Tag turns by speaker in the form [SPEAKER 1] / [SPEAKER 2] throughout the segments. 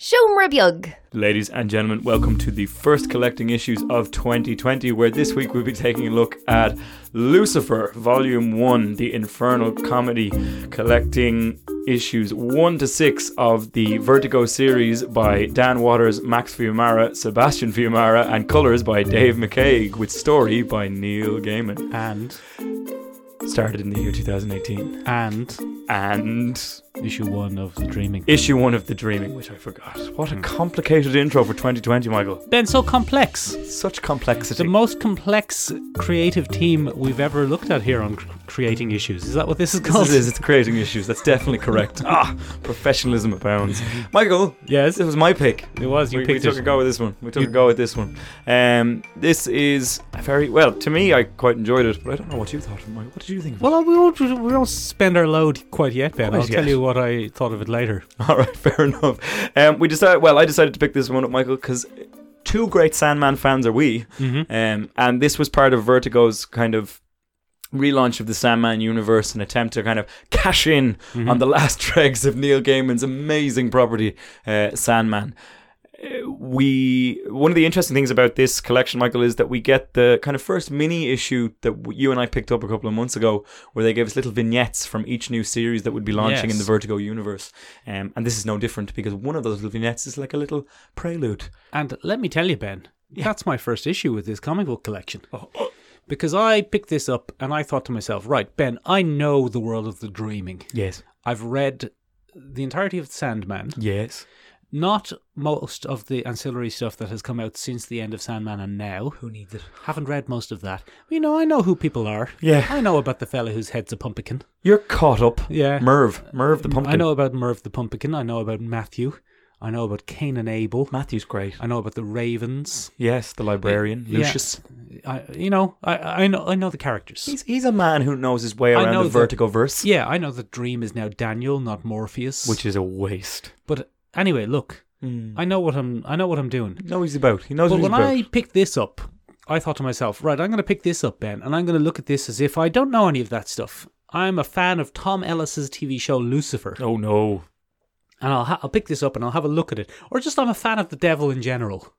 [SPEAKER 1] Shomra Bjug.
[SPEAKER 2] Ladies and gentlemen, welcome to the first collecting issues of 2020, where this week we'll be taking a look at Lucifer, Volume 1, the infernal comedy collecting issues 1 to 6 of the Vertigo series by Dan Waters, Max Fiumara, Sebastian Fiumara, and colors by Dave McCaig, with story by Neil Gaiman.
[SPEAKER 3] And
[SPEAKER 2] Started in the year 2018.
[SPEAKER 3] and
[SPEAKER 2] And
[SPEAKER 3] issue one of the Dreaming.
[SPEAKER 2] issue 1 of The Dreaming, which I forgot. What a complicated intro for 2020, Michael.
[SPEAKER 3] Been so complex.
[SPEAKER 2] Such complexity.
[SPEAKER 3] The most complex creative team we've ever looked at here on cr- creating issues. Is that what this is
[SPEAKER 2] This
[SPEAKER 3] called?
[SPEAKER 2] is, it's creating issues. That's definitely correct. ah, professionalism abounds. Michael,
[SPEAKER 3] Yes,
[SPEAKER 2] this was my pick.
[SPEAKER 3] it was. You
[SPEAKER 2] We, we
[SPEAKER 3] picked
[SPEAKER 2] took a
[SPEAKER 3] it.
[SPEAKER 2] go with this one. We took
[SPEAKER 3] You-
[SPEAKER 2] a go with this one. Um, this is a very well to me. I quite enjoyed it, but I don't know what you thought of it. Mike. What did you think? Of
[SPEAKER 3] Well, uh, we won't, we won't spend our load quite yet, Ben.
[SPEAKER 2] Quite
[SPEAKER 3] I'll tell
[SPEAKER 2] yet.
[SPEAKER 3] you what I thought of it later.
[SPEAKER 2] it? All right, fair enough. Um, we decided. Well, I decided to pick this one up, Michael, because two great Sandman fans are we.
[SPEAKER 3] Mm-hmm.
[SPEAKER 2] Um, and this was part of Vertigo's kind of relaunch of the Sandman universe, an attempt to kind of cash in on the last dregs of Neil Gaiman's amazing property, uh, Sandman. Uh, We one of the interesting things about this collection, Michael, is that we get the kind of first mini issue that w- you and I picked up a couple of months ago, where they gave us little vignettes from each new series that would be launching in
[SPEAKER 3] Yes.
[SPEAKER 2] the Vertigo universe, um, and this is no different because one of those little vignettes is like a little prelude.
[SPEAKER 3] And let me tell you, Ben, that's my first issue with this comic book collection.
[SPEAKER 2] Oh.
[SPEAKER 3] Because I picked this up and I thought to myself, right, Ben, I know the world of the dreaming.
[SPEAKER 2] Yes,
[SPEAKER 3] I've read the entirety of Sandman.
[SPEAKER 2] yes.
[SPEAKER 3] Not most of the ancillary stuff that has come out since the end of Sandman and now.
[SPEAKER 2] Who needs it?
[SPEAKER 3] Haven't read most of that. You know, I know who people are.
[SPEAKER 2] Yeah.
[SPEAKER 3] I know about the fella whose head's a pumpkin.
[SPEAKER 2] You're caught up.
[SPEAKER 3] Yeah.
[SPEAKER 2] Merv. Merv the pumpkin.
[SPEAKER 3] I know about Merv the pumpkin. I know about Matthew. I know about Cain and Abel.
[SPEAKER 2] Matthew's great.
[SPEAKER 3] I know about the Ravens.
[SPEAKER 2] Yes, the librarian.
[SPEAKER 3] Yeah.
[SPEAKER 2] Lucius.
[SPEAKER 3] I, you know, I, I know, I know the characters.
[SPEAKER 2] He's, he's a man who knows his way
[SPEAKER 3] I
[SPEAKER 2] around
[SPEAKER 3] know
[SPEAKER 2] the
[SPEAKER 3] that-
[SPEAKER 2] vertigo verse,
[SPEAKER 3] yeah, I know that Dream is now Daniel, not Morpheus.
[SPEAKER 2] which Hmm. is a waste.
[SPEAKER 3] but anyway, look, I know what I'm. I know what I'm doing.
[SPEAKER 2] He knows what he's about. He knows
[SPEAKER 3] But
[SPEAKER 2] what
[SPEAKER 3] when
[SPEAKER 2] he's
[SPEAKER 3] I
[SPEAKER 2] about.
[SPEAKER 3] picked this up, I thought to myself, right, I'm going to pick this up, Ben, and I'm going to look at this as if I don't know any of that stuff. I'm a fan of Tom Ellis's TV show Lucifer,
[SPEAKER 2] Oh no.
[SPEAKER 3] and I'll, ha- I'll pick this up and I'll have a look at it. Or just I'm a fan of the devil in general.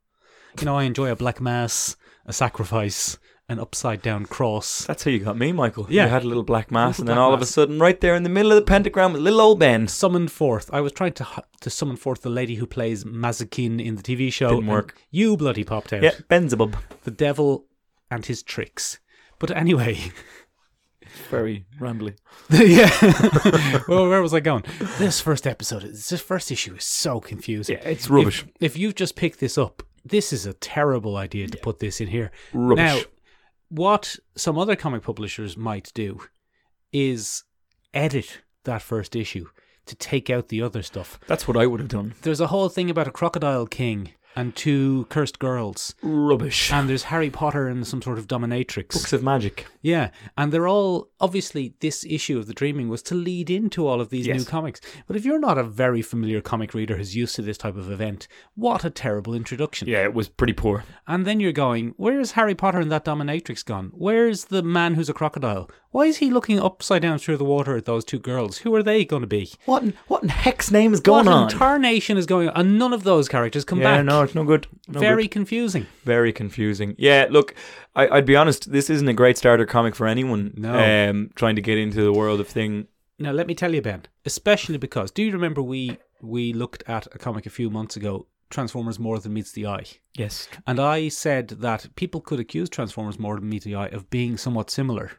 [SPEAKER 3] You know, I enjoy a black mass, a sacrifice, an upside down cross.
[SPEAKER 2] That's how you got me, Michael.
[SPEAKER 3] Yeah.
[SPEAKER 2] You had a little black mass,
[SPEAKER 3] Little
[SPEAKER 2] and then
[SPEAKER 3] black
[SPEAKER 2] all of a
[SPEAKER 3] mass.
[SPEAKER 2] sudden, right there in the middle of the pentagram, with little old Ben.
[SPEAKER 3] Summoned forth. I was trying to hu- to summon forth the lady who plays Mazakin in the TV show.
[SPEAKER 2] Didn't
[SPEAKER 3] and
[SPEAKER 2] work.
[SPEAKER 3] You bloody popped out.
[SPEAKER 2] Yeah, Benzabub.
[SPEAKER 3] The devil and his tricks. But anyway.
[SPEAKER 2] Very rambly.
[SPEAKER 3] yeah. well, where was I going? This first episode, is- this first issue is so confusing.
[SPEAKER 2] Yeah, it's rubbish.
[SPEAKER 3] If, if you've just picked this up, this is a terrible idea to put this in here.
[SPEAKER 2] Rubbish.
[SPEAKER 3] Now, what some other comic publishers might do is edit that first issue to take out the other stuff.
[SPEAKER 2] That's what I would have done.
[SPEAKER 3] There's a whole thing about a crocodile king and two cursed girls,
[SPEAKER 2] Rubbish.
[SPEAKER 3] and there's Harry Potter and some sort of dominatrix.
[SPEAKER 2] Ah, Books of magic.
[SPEAKER 3] Yeah, and they're all obviously this issue of the Dreaming was to lead into all of these
[SPEAKER 2] Yes.
[SPEAKER 3] new comics. But if you're not a very familiar comic reader who's used to this type of event, what a terrible introduction!
[SPEAKER 2] Yeah, it was pretty poor.
[SPEAKER 3] And then you're going, where's Harry Potter and that dominatrix gone? Where's the man who's a crocodile? Why is he looking upside down through the water at those two girls? Who are they going to be?
[SPEAKER 2] What in, what in heck's name is going
[SPEAKER 3] what
[SPEAKER 2] on?
[SPEAKER 3] in tarnation is going on? And none of those characters come
[SPEAKER 2] yeah,
[SPEAKER 3] back.
[SPEAKER 2] no, it's no good. No good.
[SPEAKER 3] very confusing.
[SPEAKER 2] Very confusing. Yeah, look, I, I'd be honest. This isn't a great starter comic for anyone
[SPEAKER 3] No.
[SPEAKER 2] um, trying to get into the world of thing.
[SPEAKER 3] Now let me tell you, Ben. Especially because do you remember we we looked at a comic a few months ago, Transformers More Than Meets the Eye,
[SPEAKER 2] Yes,
[SPEAKER 3] and I said that people could accuse Transformers More Than Meets the Eye of being somewhat similar,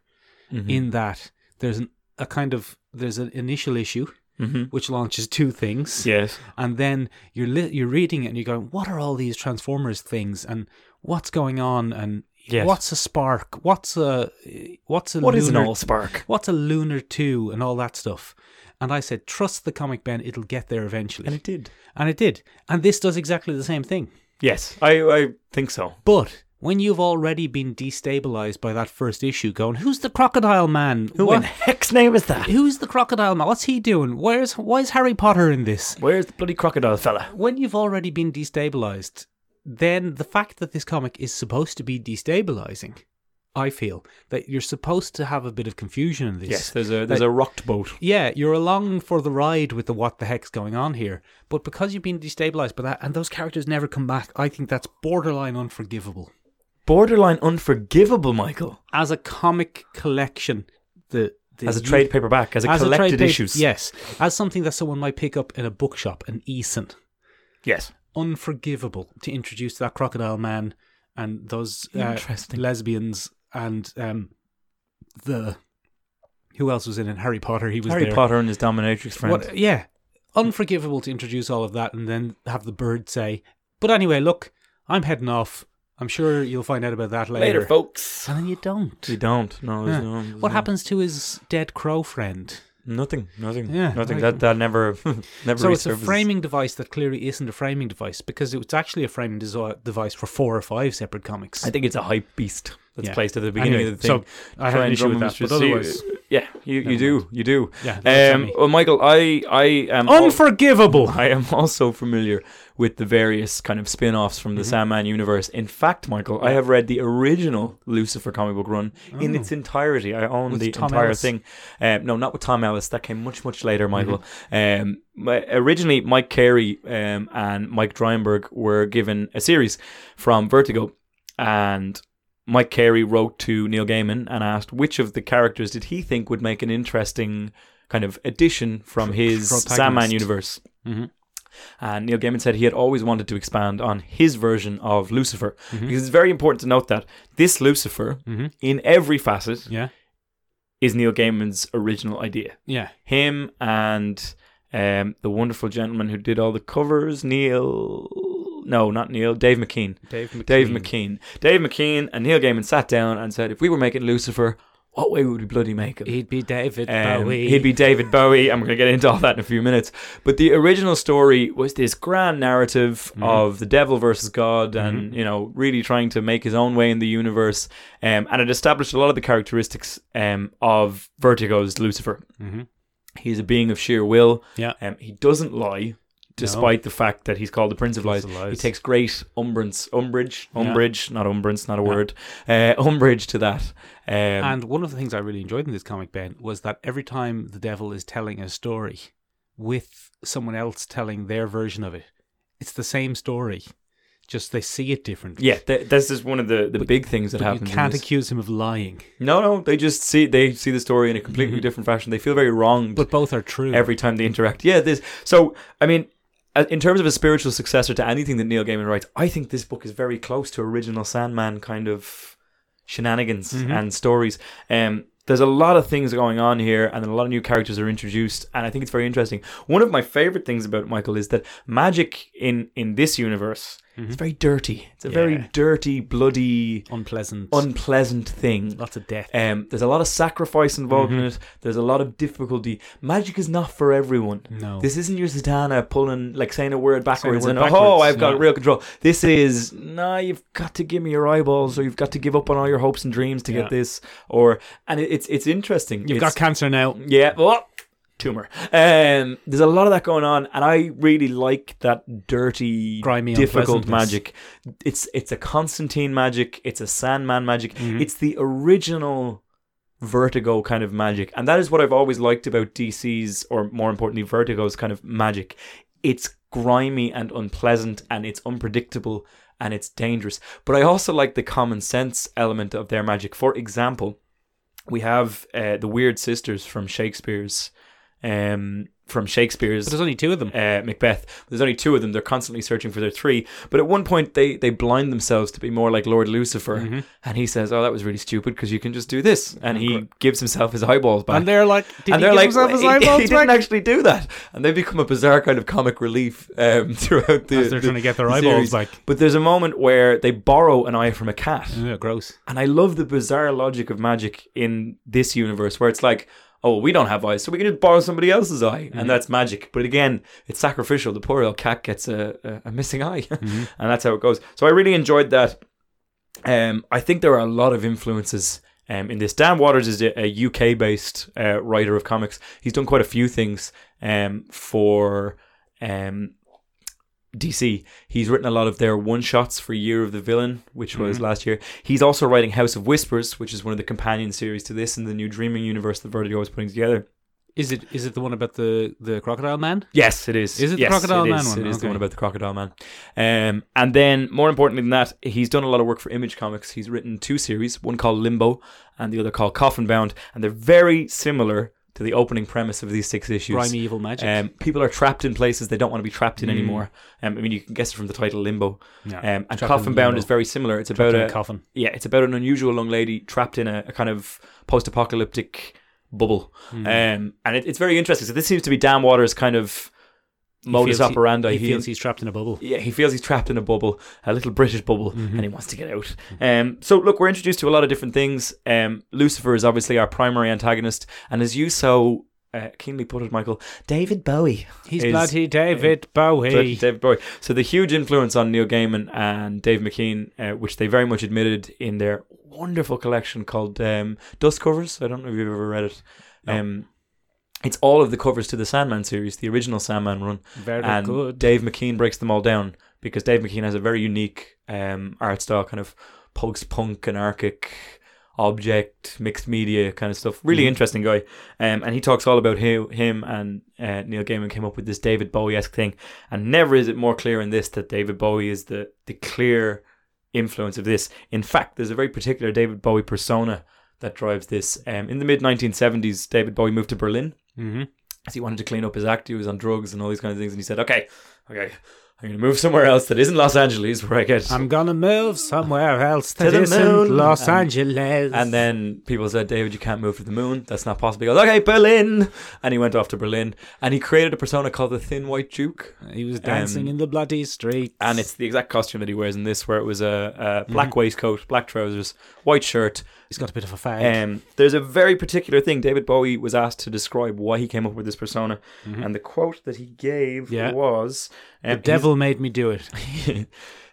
[SPEAKER 2] Mm-hmm.
[SPEAKER 3] in that there's an, a kind of there's an initial issue which launches two things,
[SPEAKER 2] Mm-hmm. yes,
[SPEAKER 3] and then you're li- you're reading it and you're going, what are all these Transformers things and what's going on and
[SPEAKER 2] Yes.
[SPEAKER 3] what's a spark, what's a what's a
[SPEAKER 2] What is an
[SPEAKER 3] lunar
[SPEAKER 2] all spark?
[SPEAKER 3] What's a Lunar 2 and all that stuff? And I said, trust the comic, Ben, it'll get there eventually.
[SPEAKER 2] And it did.
[SPEAKER 3] And it did. And this does exactly the same thing.
[SPEAKER 2] Yes, I, I think so.
[SPEAKER 3] But when you've already been destabilized by that first issue, going, who's the crocodile man?
[SPEAKER 2] Who in
[SPEAKER 3] What-
[SPEAKER 2] heck's name is that?
[SPEAKER 3] Who's the crocodile man? What's he doing? Where's why is Harry Potter in this?
[SPEAKER 2] Where's the bloody crocodile fella?
[SPEAKER 3] When you've already been destabilized, then the fact that this comic is supposed to be destabilizing I feel that you're supposed to have a bit of confusion in this.
[SPEAKER 2] Yes, there's a there's a rocked boat.
[SPEAKER 3] Yeah, you're along for the ride with the what the heck's going on here, but because you've been destabilized by that and those characters never come back, I think that's borderline unforgivable.
[SPEAKER 2] Borderline unforgivable, Michael.
[SPEAKER 3] As a comic collection, the, the
[SPEAKER 2] As a trade paperback, as a
[SPEAKER 3] as a trade
[SPEAKER 2] collected
[SPEAKER 3] pa-
[SPEAKER 2] issues.
[SPEAKER 3] yes, as something that someone might pick up in a bookshop, an E Eason,
[SPEAKER 2] Yes.
[SPEAKER 3] unforgivable to introduce that crocodile man and those uh,
[SPEAKER 2] Interesting.
[SPEAKER 3] lesbians and um, the who else was in it? Harry Potter. He was
[SPEAKER 2] Harry
[SPEAKER 3] there.
[SPEAKER 2] Potter and his dominatrix friend.
[SPEAKER 3] What, yeah. Unforgivable to introduce all of that and then have the bird say, but anyway, look, I'm heading off. I'm sure you'll find out about that later.
[SPEAKER 2] folks.
[SPEAKER 3] And then you don't.
[SPEAKER 2] You don't. No. there's
[SPEAKER 3] Yeah.
[SPEAKER 2] no- there's
[SPEAKER 3] What
[SPEAKER 2] no-
[SPEAKER 3] happens to his dead crow friend?
[SPEAKER 2] Nothing. Nothing.
[SPEAKER 3] Yeah,
[SPEAKER 2] Nothing. that
[SPEAKER 3] like-
[SPEAKER 2] that never never.
[SPEAKER 3] So it's a
[SPEAKER 2] resurfaces.
[SPEAKER 3] framing device that clearly isn't a framing device because it's actually a framing desi- device for four or five separate comics.
[SPEAKER 2] I think it's a hype beast that's
[SPEAKER 3] Yeah.
[SPEAKER 2] placed at the beginning
[SPEAKER 3] Anyway,
[SPEAKER 2] of the thing.
[SPEAKER 3] So I have
[SPEAKER 2] Try
[SPEAKER 3] an
[SPEAKER 2] and
[SPEAKER 3] issue with
[SPEAKER 2] drum
[SPEAKER 3] that,
[SPEAKER 2] and
[SPEAKER 3] but
[SPEAKER 2] just see-
[SPEAKER 3] otherwise,
[SPEAKER 2] yeah, you, you do, you do.
[SPEAKER 3] yeah, that's
[SPEAKER 2] Um,
[SPEAKER 3] me.
[SPEAKER 2] well, Michael, I I am al-
[SPEAKER 3] unforgivable.
[SPEAKER 2] I am also familiar with the various kind of spin-offs from the
[SPEAKER 3] Mm-hmm.
[SPEAKER 2] Sandman universe. In fact, Michael, I have read the original Lucifer comic book run in its entirety. I own
[SPEAKER 3] Oh. With
[SPEAKER 2] the
[SPEAKER 3] Tom
[SPEAKER 2] entire
[SPEAKER 3] Ellis? Mm-hmm.
[SPEAKER 2] thing. Um, no, not with Tom Ellis. That came much much later, Michael. Um, my- originally, Mike Carey um, and Mike Dreinberg were given a series from Vertigo, and Mike Carey wrote to Neil Gaiman and asked which of the characters did he think would make an interesting kind of addition from his
[SPEAKER 3] protagonist.
[SPEAKER 2] Sandman universe.
[SPEAKER 3] Mhm.
[SPEAKER 2] And Neil Gaiman said he had always wanted to expand on his version of Lucifer because it's very important to note that this Lucifer,
[SPEAKER 3] Mhm.
[SPEAKER 2] in every facet,
[SPEAKER 3] Yeah,
[SPEAKER 2] is Neil Gaiman's original idea.
[SPEAKER 3] yeah.
[SPEAKER 2] Him and um, the wonderful gentleman who did all the covers, Neil. No, not Neil. Dave McKean.
[SPEAKER 3] Dave McKean.
[SPEAKER 2] Dave McKean. Dave McKean and Neil Gaiman sat down and said, if we were making Lucifer, what way would we bloody make him?
[SPEAKER 3] He'd be David
[SPEAKER 2] Um,
[SPEAKER 3] Bowie.
[SPEAKER 2] He'd be David Bowie. I'm going to get into all that in a few minutes. But the original story was this grand narrative
[SPEAKER 3] Mm-hmm.
[SPEAKER 2] of the devil versus God, and you know, really trying to make his own way in the universe. Um, and it established a lot of the characteristics um, of Vertigo's Lucifer.
[SPEAKER 3] Mhm.
[SPEAKER 2] He's a being of sheer will.
[SPEAKER 3] Yeah.
[SPEAKER 2] Um, he doesn't lie. Despite the fact that he's called the Prince of Lies,
[SPEAKER 3] of Lies.
[SPEAKER 2] he takes great umbrance, umbrage,
[SPEAKER 3] Yeah.
[SPEAKER 2] umbrage, not umbrance, not a word, uh, umbrage to that. Um,
[SPEAKER 3] And one of the things I really enjoyed in this comic, Ben, was that every time the devil is telling a story with someone else telling their version of it, it's the same story, just they see it differently.
[SPEAKER 2] Yeah, th- that's just one of the, the big things that
[SPEAKER 3] But you
[SPEAKER 2] happens. in
[SPEAKER 3] can't
[SPEAKER 2] this.
[SPEAKER 3] accuse him of lying.
[SPEAKER 2] no, no, they just see they see the story in a completely
[SPEAKER 3] Mm-hmm.
[SPEAKER 2] different fashion. They feel very wronged
[SPEAKER 3] But both are true.
[SPEAKER 2] every time they interact. Yeah, this. So I mean, uh, in terms of a spiritual successor to anything that Neil Gaiman writes, I think this book is very close to original Sandman kind of shenanigans and stories. Um, there's a lot of things going on here, and a lot of new characters are introduced, and I think it's very interesting. One of my favorite things about Michael is that magic in in this universe is very dirty. It's a very
[SPEAKER 3] Yeah.
[SPEAKER 2] dirty, bloody
[SPEAKER 3] unpleasant.
[SPEAKER 2] unpleasant thing.
[SPEAKER 3] lots of death.
[SPEAKER 2] Um, there's a lot of sacrifice involved
[SPEAKER 3] Mm-hmm.
[SPEAKER 2] in it. There's a lot of difficulty. Magic is not for everyone.
[SPEAKER 3] No.
[SPEAKER 2] This isn't your Zatanna pulling, like saying a word
[SPEAKER 3] Saying a
[SPEAKER 2] backwards
[SPEAKER 3] word
[SPEAKER 2] and, oh,
[SPEAKER 3] backwards,
[SPEAKER 2] I've got
[SPEAKER 3] yeah.
[SPEAKER 2] real control. This is, nah, you've got to give me your eyeballs or you've got to give up on all your hopes and dreams to
[SPEAKER 3] Yeah.
[SPEAKER 2] get this. Or, and it, it's, it's interesting.
[SPEAKER 3] You've
[SPEAKER 2] It's-
[SPEAKER 3] got cancer now.
[SPEAKER 2] yeah. Oh, tumor. Um, there's a lot of that going on, and I really like that dirty,
[SPEAKER 3] Grimy
[SPEAKER 2] difficult
[SPEAKER 3] unpleasantness.
[SPEAKER 2] magic. It's it's a Constantine magic. It's a Sandman magic.
[SPEAKER 3] Mm-hmm.
[SPEAKER 2] It's the original Vertigo kind of magic, and that is what I've always liked about DC's, or more importantly, Vertigo's kind of magic. It's grimy and unpleasant, and it's unpredictable. And it's dangerous. But I also like the common sense element of their magic. For example, we have uh, the weird sisters from Shakespeare's um from
[SPEAKER 3] But
[SPEAKER 2] Shakespeare's
[SPEAKER 3] there's only two of them.
[SPEAKER 2] uh, Macbeth. There's only two of them. They're constantly searching for their three. But at one point, they they blind themselves to be more like Lord Lucifer,
[SPEAKER 3] Mm-hmm.
[SPEAKER 2] and he says, "Oh, that was really stupid because you can just do this." And he gives himself his eyeballs back.
[SPEAKER 3] And they're like, did
[SPEAKER 2] And
[SPEAKER 3] he
[SPEAKER 2] they're
[SPEAKER 3] give
[SPEAKER 2] like,
[SPEAKER 3] himself his
[SPEAKER 2] "Well, he,
[SPEAKER 3] eyeballs
[SPEAKER 2] he
[SPEAKER 3] back?"
[SPEAKER 2] didn't actually do that. And they become a bizarre kind of comic relief um, throughout the.
[SPEAKER 3] As
[SPEAKER 2] the-
[SPEAKER 3] they're trying to get their
[SPEAKER 2] the
[SPEAKER 3] eyeballs
[SPEAKER 2] series.
[SPEAKER 3] back. Mm.
[SPEAKER 2] But there's a moment where they borrow an eye from a cat.
[SPEAKER 3] Yeah, gross.
[SPEAKER 2] And I love the bizarre logic of magic in this universe where it's like, oh, we don't have eyes, so we can just borrow somebody else's eye. And that's magic. But again, it's sacrificial. The poor old cat gets a, a, a missing eye. and that's how it goes. So I really enjoyed that. Um, I think there are a lot of influences um, in this. Dan Waters is a, a UK based uh, writer of comics. He's done quite a few things um, for. Um, DC. He's written a lot of their one shots for Year of the Villain, which was
[SPEAKER 3] Mm-hmm.
[SPEAKER 2] last year. He's also writing House of Whispers, which is one of the companion series to this in the new Dreaming universe that Vertigo is putting together.
[SPEAKER 3] Is it is it the one about the the crocodile man?
[SPEAKER 2] Yes, it is.
[SPEAKER 3] Is it the
[SPEAKER 2] Yes,
[SPEAKER 3] Crocodile
[SPEAKER 2] it
[SPEAKER 3] Man
[SPEAKER 2] is.
[SPEAKER 3] one?
[SPEAKER 2] It is the
[SPEAKER 3] Okay.
[SPEAKER 2] one about the Crocodile Man. Um, and then, more importantly than that, he's done a lot of work for Image Comics. He's written two series, one called Limbo and the other called Coffin Bound, and they're very similar to the opening premise of these six issues.
[SPEAKER 3] Grimy evil magic.
[SPEAKER 2] Um, people are trapped in places they don't want to be trapped in
[SPEAKER 3] Mm.
[SPEAKER 2] anymore. Um, I mean, you can guess it from the title Limbo.
[SPEAKER 3] Yeah.
[SPEAKER 2] Um, and
[SPEAKER 3] Trapped in
[SPEAKER 2] Coffin Bound
[SPEAKER 3] Limbo.
[SPEAKER 2] is very similar. It's
[SPEAKER 3] Trapped
[SPEAKER 2] about
[SPEAKER 3] in
[SPEAKER 2] a,
[SPEAKER 3] a coffin.
[SPEAKER 2] yeah, it's about an unusual young lady trapped in a, a kind of post-apocalyptic bubble,
[SPEAKER 3] Hmm.
[SPEAKER 2] um, and it, it's very interesting. So this seems to be Dan Waters' kind of modus
[SPEAKER 3] feels he-
[SPEAKER 2] operandi.
[SPEAKER 3] He, feels he's trapped in a bubble.
[SPEAKER 2] yeah, he feels he's trapped in a bubble, a little British bubble,
[SPEAKER 3] Mm-hmm.
[SPEAKER 2] and he wants to get out. Um, so look, we're introduced to a lot of different things. Um, Lucifer is obviously our primary antagonist, and as you so uh, keenly put it, Michael, David Bowie.
[SPEAKER 3] He's
[SPEAKER 2] is-
[SPEAKER 3] bloody David Bowie.
[SPEAKER 2] David Bowie. So the huge influence on Neil Gaiman and Dave McKean, uh, which they very much admitted in their wonderful collection called um, Dust Covers. I don't know if you've ever read it.
[SPEAKER 3] No.
[SPEAKER 2] Um, it's all of the covers to the Sandman series, the original Sandman run,
[SPEAKER 3] Very
[SPEAKER 2] and
[SPEAKER 3] good.
[SPEAKER 2] Dave McKean breaks them all down because Dave McKean has a very unique um, art style, kind of post-punk, anarchic, object, mixed media kind of stuff. Really
[SPEAKER 3] Mhm.
[SPEAKER 2] interesting guy, um, and he talks all about how him and uh, Neil Gaiman came up with this David Bowie-esque thing. And never is it more clear in this that David Bowie is the the clear influence of this. In fact, there's a very particular David Bowie persona that drives this. Um, in the mid 1970s, David Bowie moved to Berlin Mm-hmm.
[SPEAKER 3] hmm
[SPEAKER 2] as he wanted to clean up his act. He was on drugs and all these kinds of things. And he said, "Okay, okay, I'm going to move somewhere else that isn't Los Angeles, where I get."
[SPEAKER 3] I'm gonna move somewhere else
[SPEAKER 2] To
[SPEAKER 3] to
[SPEAKER 2] the
[SPEAKER 3] this
[SPEAKER 2] moon.
[SPEAKER 3] Los
[SPEAKER 2] And-
[SPEAKER 3] Angeles.
[SPEAKER 2] and then people said, "David, you can't move to the moon. That's not possible." He goes, "Okay, Berlin," and he went off to Berlin. And he created a persona called the Thin White Duke,
[SPEAKER 3] he was dancing
[SPEAKER 2] um,
[SPEAKER 3] in the bloody streets.
[SPEAKER 2] and it's the exact costume that he wears in this, where it was a, a black
[SPEAKER 3] Mm-hmm.
[SPEAKER 2] waistcoat, black trousers, white shirt,
[SPEAKER 3] he's got a bit of a fag.
[SPEAKER 2] Um, there's a very particular thing. David Bowie was asked to describe why he came up with this persona, and the quote that he gave
[SPEAKER 3] Mm-hmm. Yeah.
[SPEAKER 2] was,
[SPEAKER 3] the
[SPEAKER 2] um,
[SPEAKER 3] devil made me do it.
[SPEAKER 2] he's,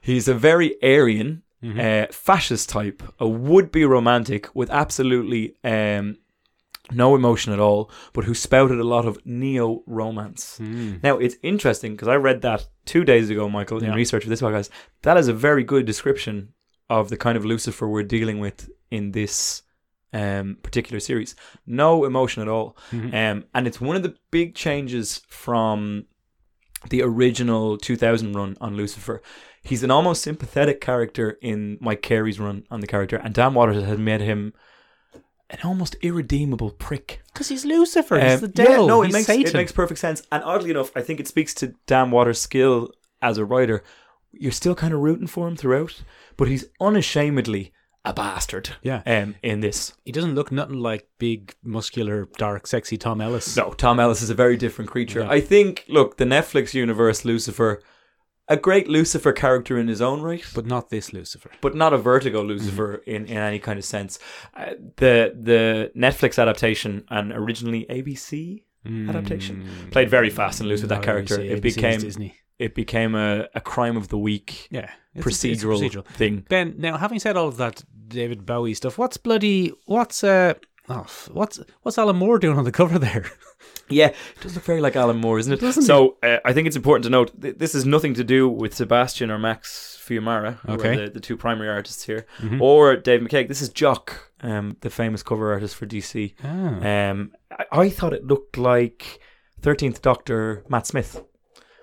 [SPEAKER 2] he's a very Aryan, uh, fascist type, a would-be romantic with absolutely um, no emotion at all, but who spouted a lot of neo-romance." Now it's interesting because I read that two days ago, Michael, in
[SPEAKER 3] Yeah.
[SPEAKER 2] research for this podcast. That is a very good description of the kind of Lucifer we're dealing with in this um, particular series. No emotion at all, um, and it's one of the big changes from the original 2000 run on Lucifer. He's an almost sympathetic character in Mike Carey's run on the character, and Dan Waters has made him an almost irredeemable prick.
[SPEAKER 3] Because he's Lucifer.
[SPEAKER 2] Um,
[SPEAKER 3] he's the devil.
[SPEAKER 2] Yeah, no, it
[SPEAKER 3] he's
[SPEAKER 2] makes
[SPEAKER 3] Satan.
[SPEAKER 2] it makes perfect sense. And oddly enough, I think it speaks to Dan Waters' skill as a writer. You're still kind of rooting for him throughout, but he's unashamedly a bastard.
[SPEAKER 3] Yeah.
[SPEAKER 2] Um, in this,
[SPEAKER 3] he doesn't look nothing like big, muscular, dark, sexy Tom Ellis.
[SPEAKER 2] no, Tom Ellis is a very different creature.
[SPEAKER 3] Yeah.
[SPEAKER 2] I think. Look, the Netflix universe, Lucifer, a great Lucifer character in his own right.
[SPEAKER 3] But not this Lucifer.
[SPEAKER 2] but not a
[SPEAKER 3] Mm-hmm.
[SPEAKER 2] Vertigo Lucifer in, in any kind of sense. Uh, the the Netflix adaptation and originally ABC
[SPEAKER 3] Mm.
[SPEAKER 2] adaptation played very fast and loose with that
[SPEAKER 3] No,
[SPEAKER 2] character.
[SPEAKER 3] ABC,
[SPEAKER 2] it
[SPEAKER 3] ABC is
[SPEAKER 2] became
[SPEAKER 3] Disney.
[SPEAKER 2] it became a, a crime of the week
[SPEAKER 3] Yeah. It's a- it's a
[SPEAKER 2] procedural, thing.
[SPEAKER 3] Ben, now having said all of that David Bowie stuff, what's bloody what's uh oh, f- what's what's Alan Moore doing on the cover there?
[SPEAKER 2] Yeah, it does look very like Alan Moore, isn't it? so uh, I think it's important to note th- this has nothing to do with Sebastian or Max Fiumara, who
[SPEAKER 3] Okay. Mm-hmm.
[SPEAKER 2] are the, the two primary artists here, or Dave McKeag. This is Jock, um, the famous cover artist for DC.
[SPEAKER 3] Ah.
[SPEAKER 2] Um, I, I thought it looked like Thirteenth Doctor Matt Smith.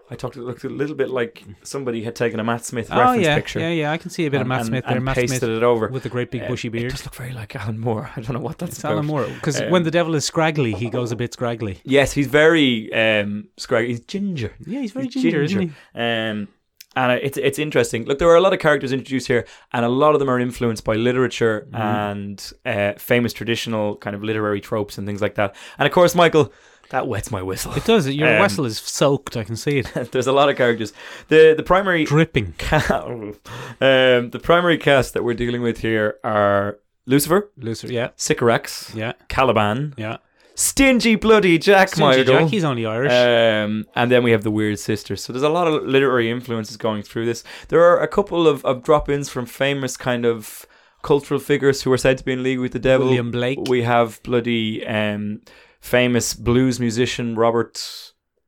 [SPEAKER 2] I thought it looked a little bit like somebody had taken a Matt Smith
[SPEAKER 3] Mm. Oh
[SPEAKER 2] reference
[SPEAKER 3] yeah,
[SPEAKER 2] picture.
[SPEAKER 3] yeah, yeah. I can see a bit of
[SPEAKER 2] and-
[SPEAKER 3] Matt
[SPEAKER 2] and-
[SPEAKER 3] Smith there.
[SPEAKER 2] and
[SPEAKER 3] Matt
[SPEAKER 2] pasted
[SPEAKER 3] Smith
[SPEAKER 2] it over.
[SPEAKER 3] with a great big
[SPEAKER 2] Uh,
[SPEAKER 3] bushy
[SPEAKER 2] It
[SPEAKER 3] beard.
[SPEAKER 2] does look very like Alan Moore. I don't know what that's
[SPEAKER 3] It's
[SPEAKER 2] about.
[SPEAKER 3] Alan Moore because
[SPEAKER 2] Um,
[SPEAKER 3] when the devil is scraggly, he goes a bit scraggly.
[SPEAKER 2] Yes, he's very um, scraggy. He's ginger.
[SPEAKER 3] Yeah, he's very
[SPEAKER 2] He's
[SPEAKER 3] ginger, isn't he?
[SPEAKER 2] ginger. Um, and I- it's it's interesting. Look, there are a lot of characters introduced here, and a lot of them are influenced by literature
[SPEAKER 3] Mm-hmm.
[SPEAKER 2] and uh, famous traditional kind of literary tropes and things like that. And of course, Michael, that wets my whistle.
[SPEAKER 3] It does. Your
[SPEAKER 2] Um,
[SPEAKER 3] whistle is soaked. I can see it
[SPEAKER 2] There's a lot of characters. The the primary
[SPEAKER 3] dripping.
[SPEAKER 2] ca- um, the primary cast that we're dealing with here are Lucifer,
[SPEAKER 3] Lucifer. Yeah,
[SPEAKER 2] Sycorax,
[SPEAKER 3] yeah,
[SPEAKER 2] Caliban,
[SPEAKER 3] yeah.
[SPEAKER 2] stingy bloody Jack
[SPEAKER 3] Ginger
[SPEAKER 2] Michael.
[SPEAKER 3] Jack, he's only Irish.
[SPEAKER 2] Um, and then we have the Weird Sisters. So there's a lot of literary influences going through this. There are a couple of, of drop ins from famous kind of cultural figures who are said to be in league with the devil.
[SPEAKER 3] William Blake.
[SPEAKER 2] We have bloody um, famous blues musician Robert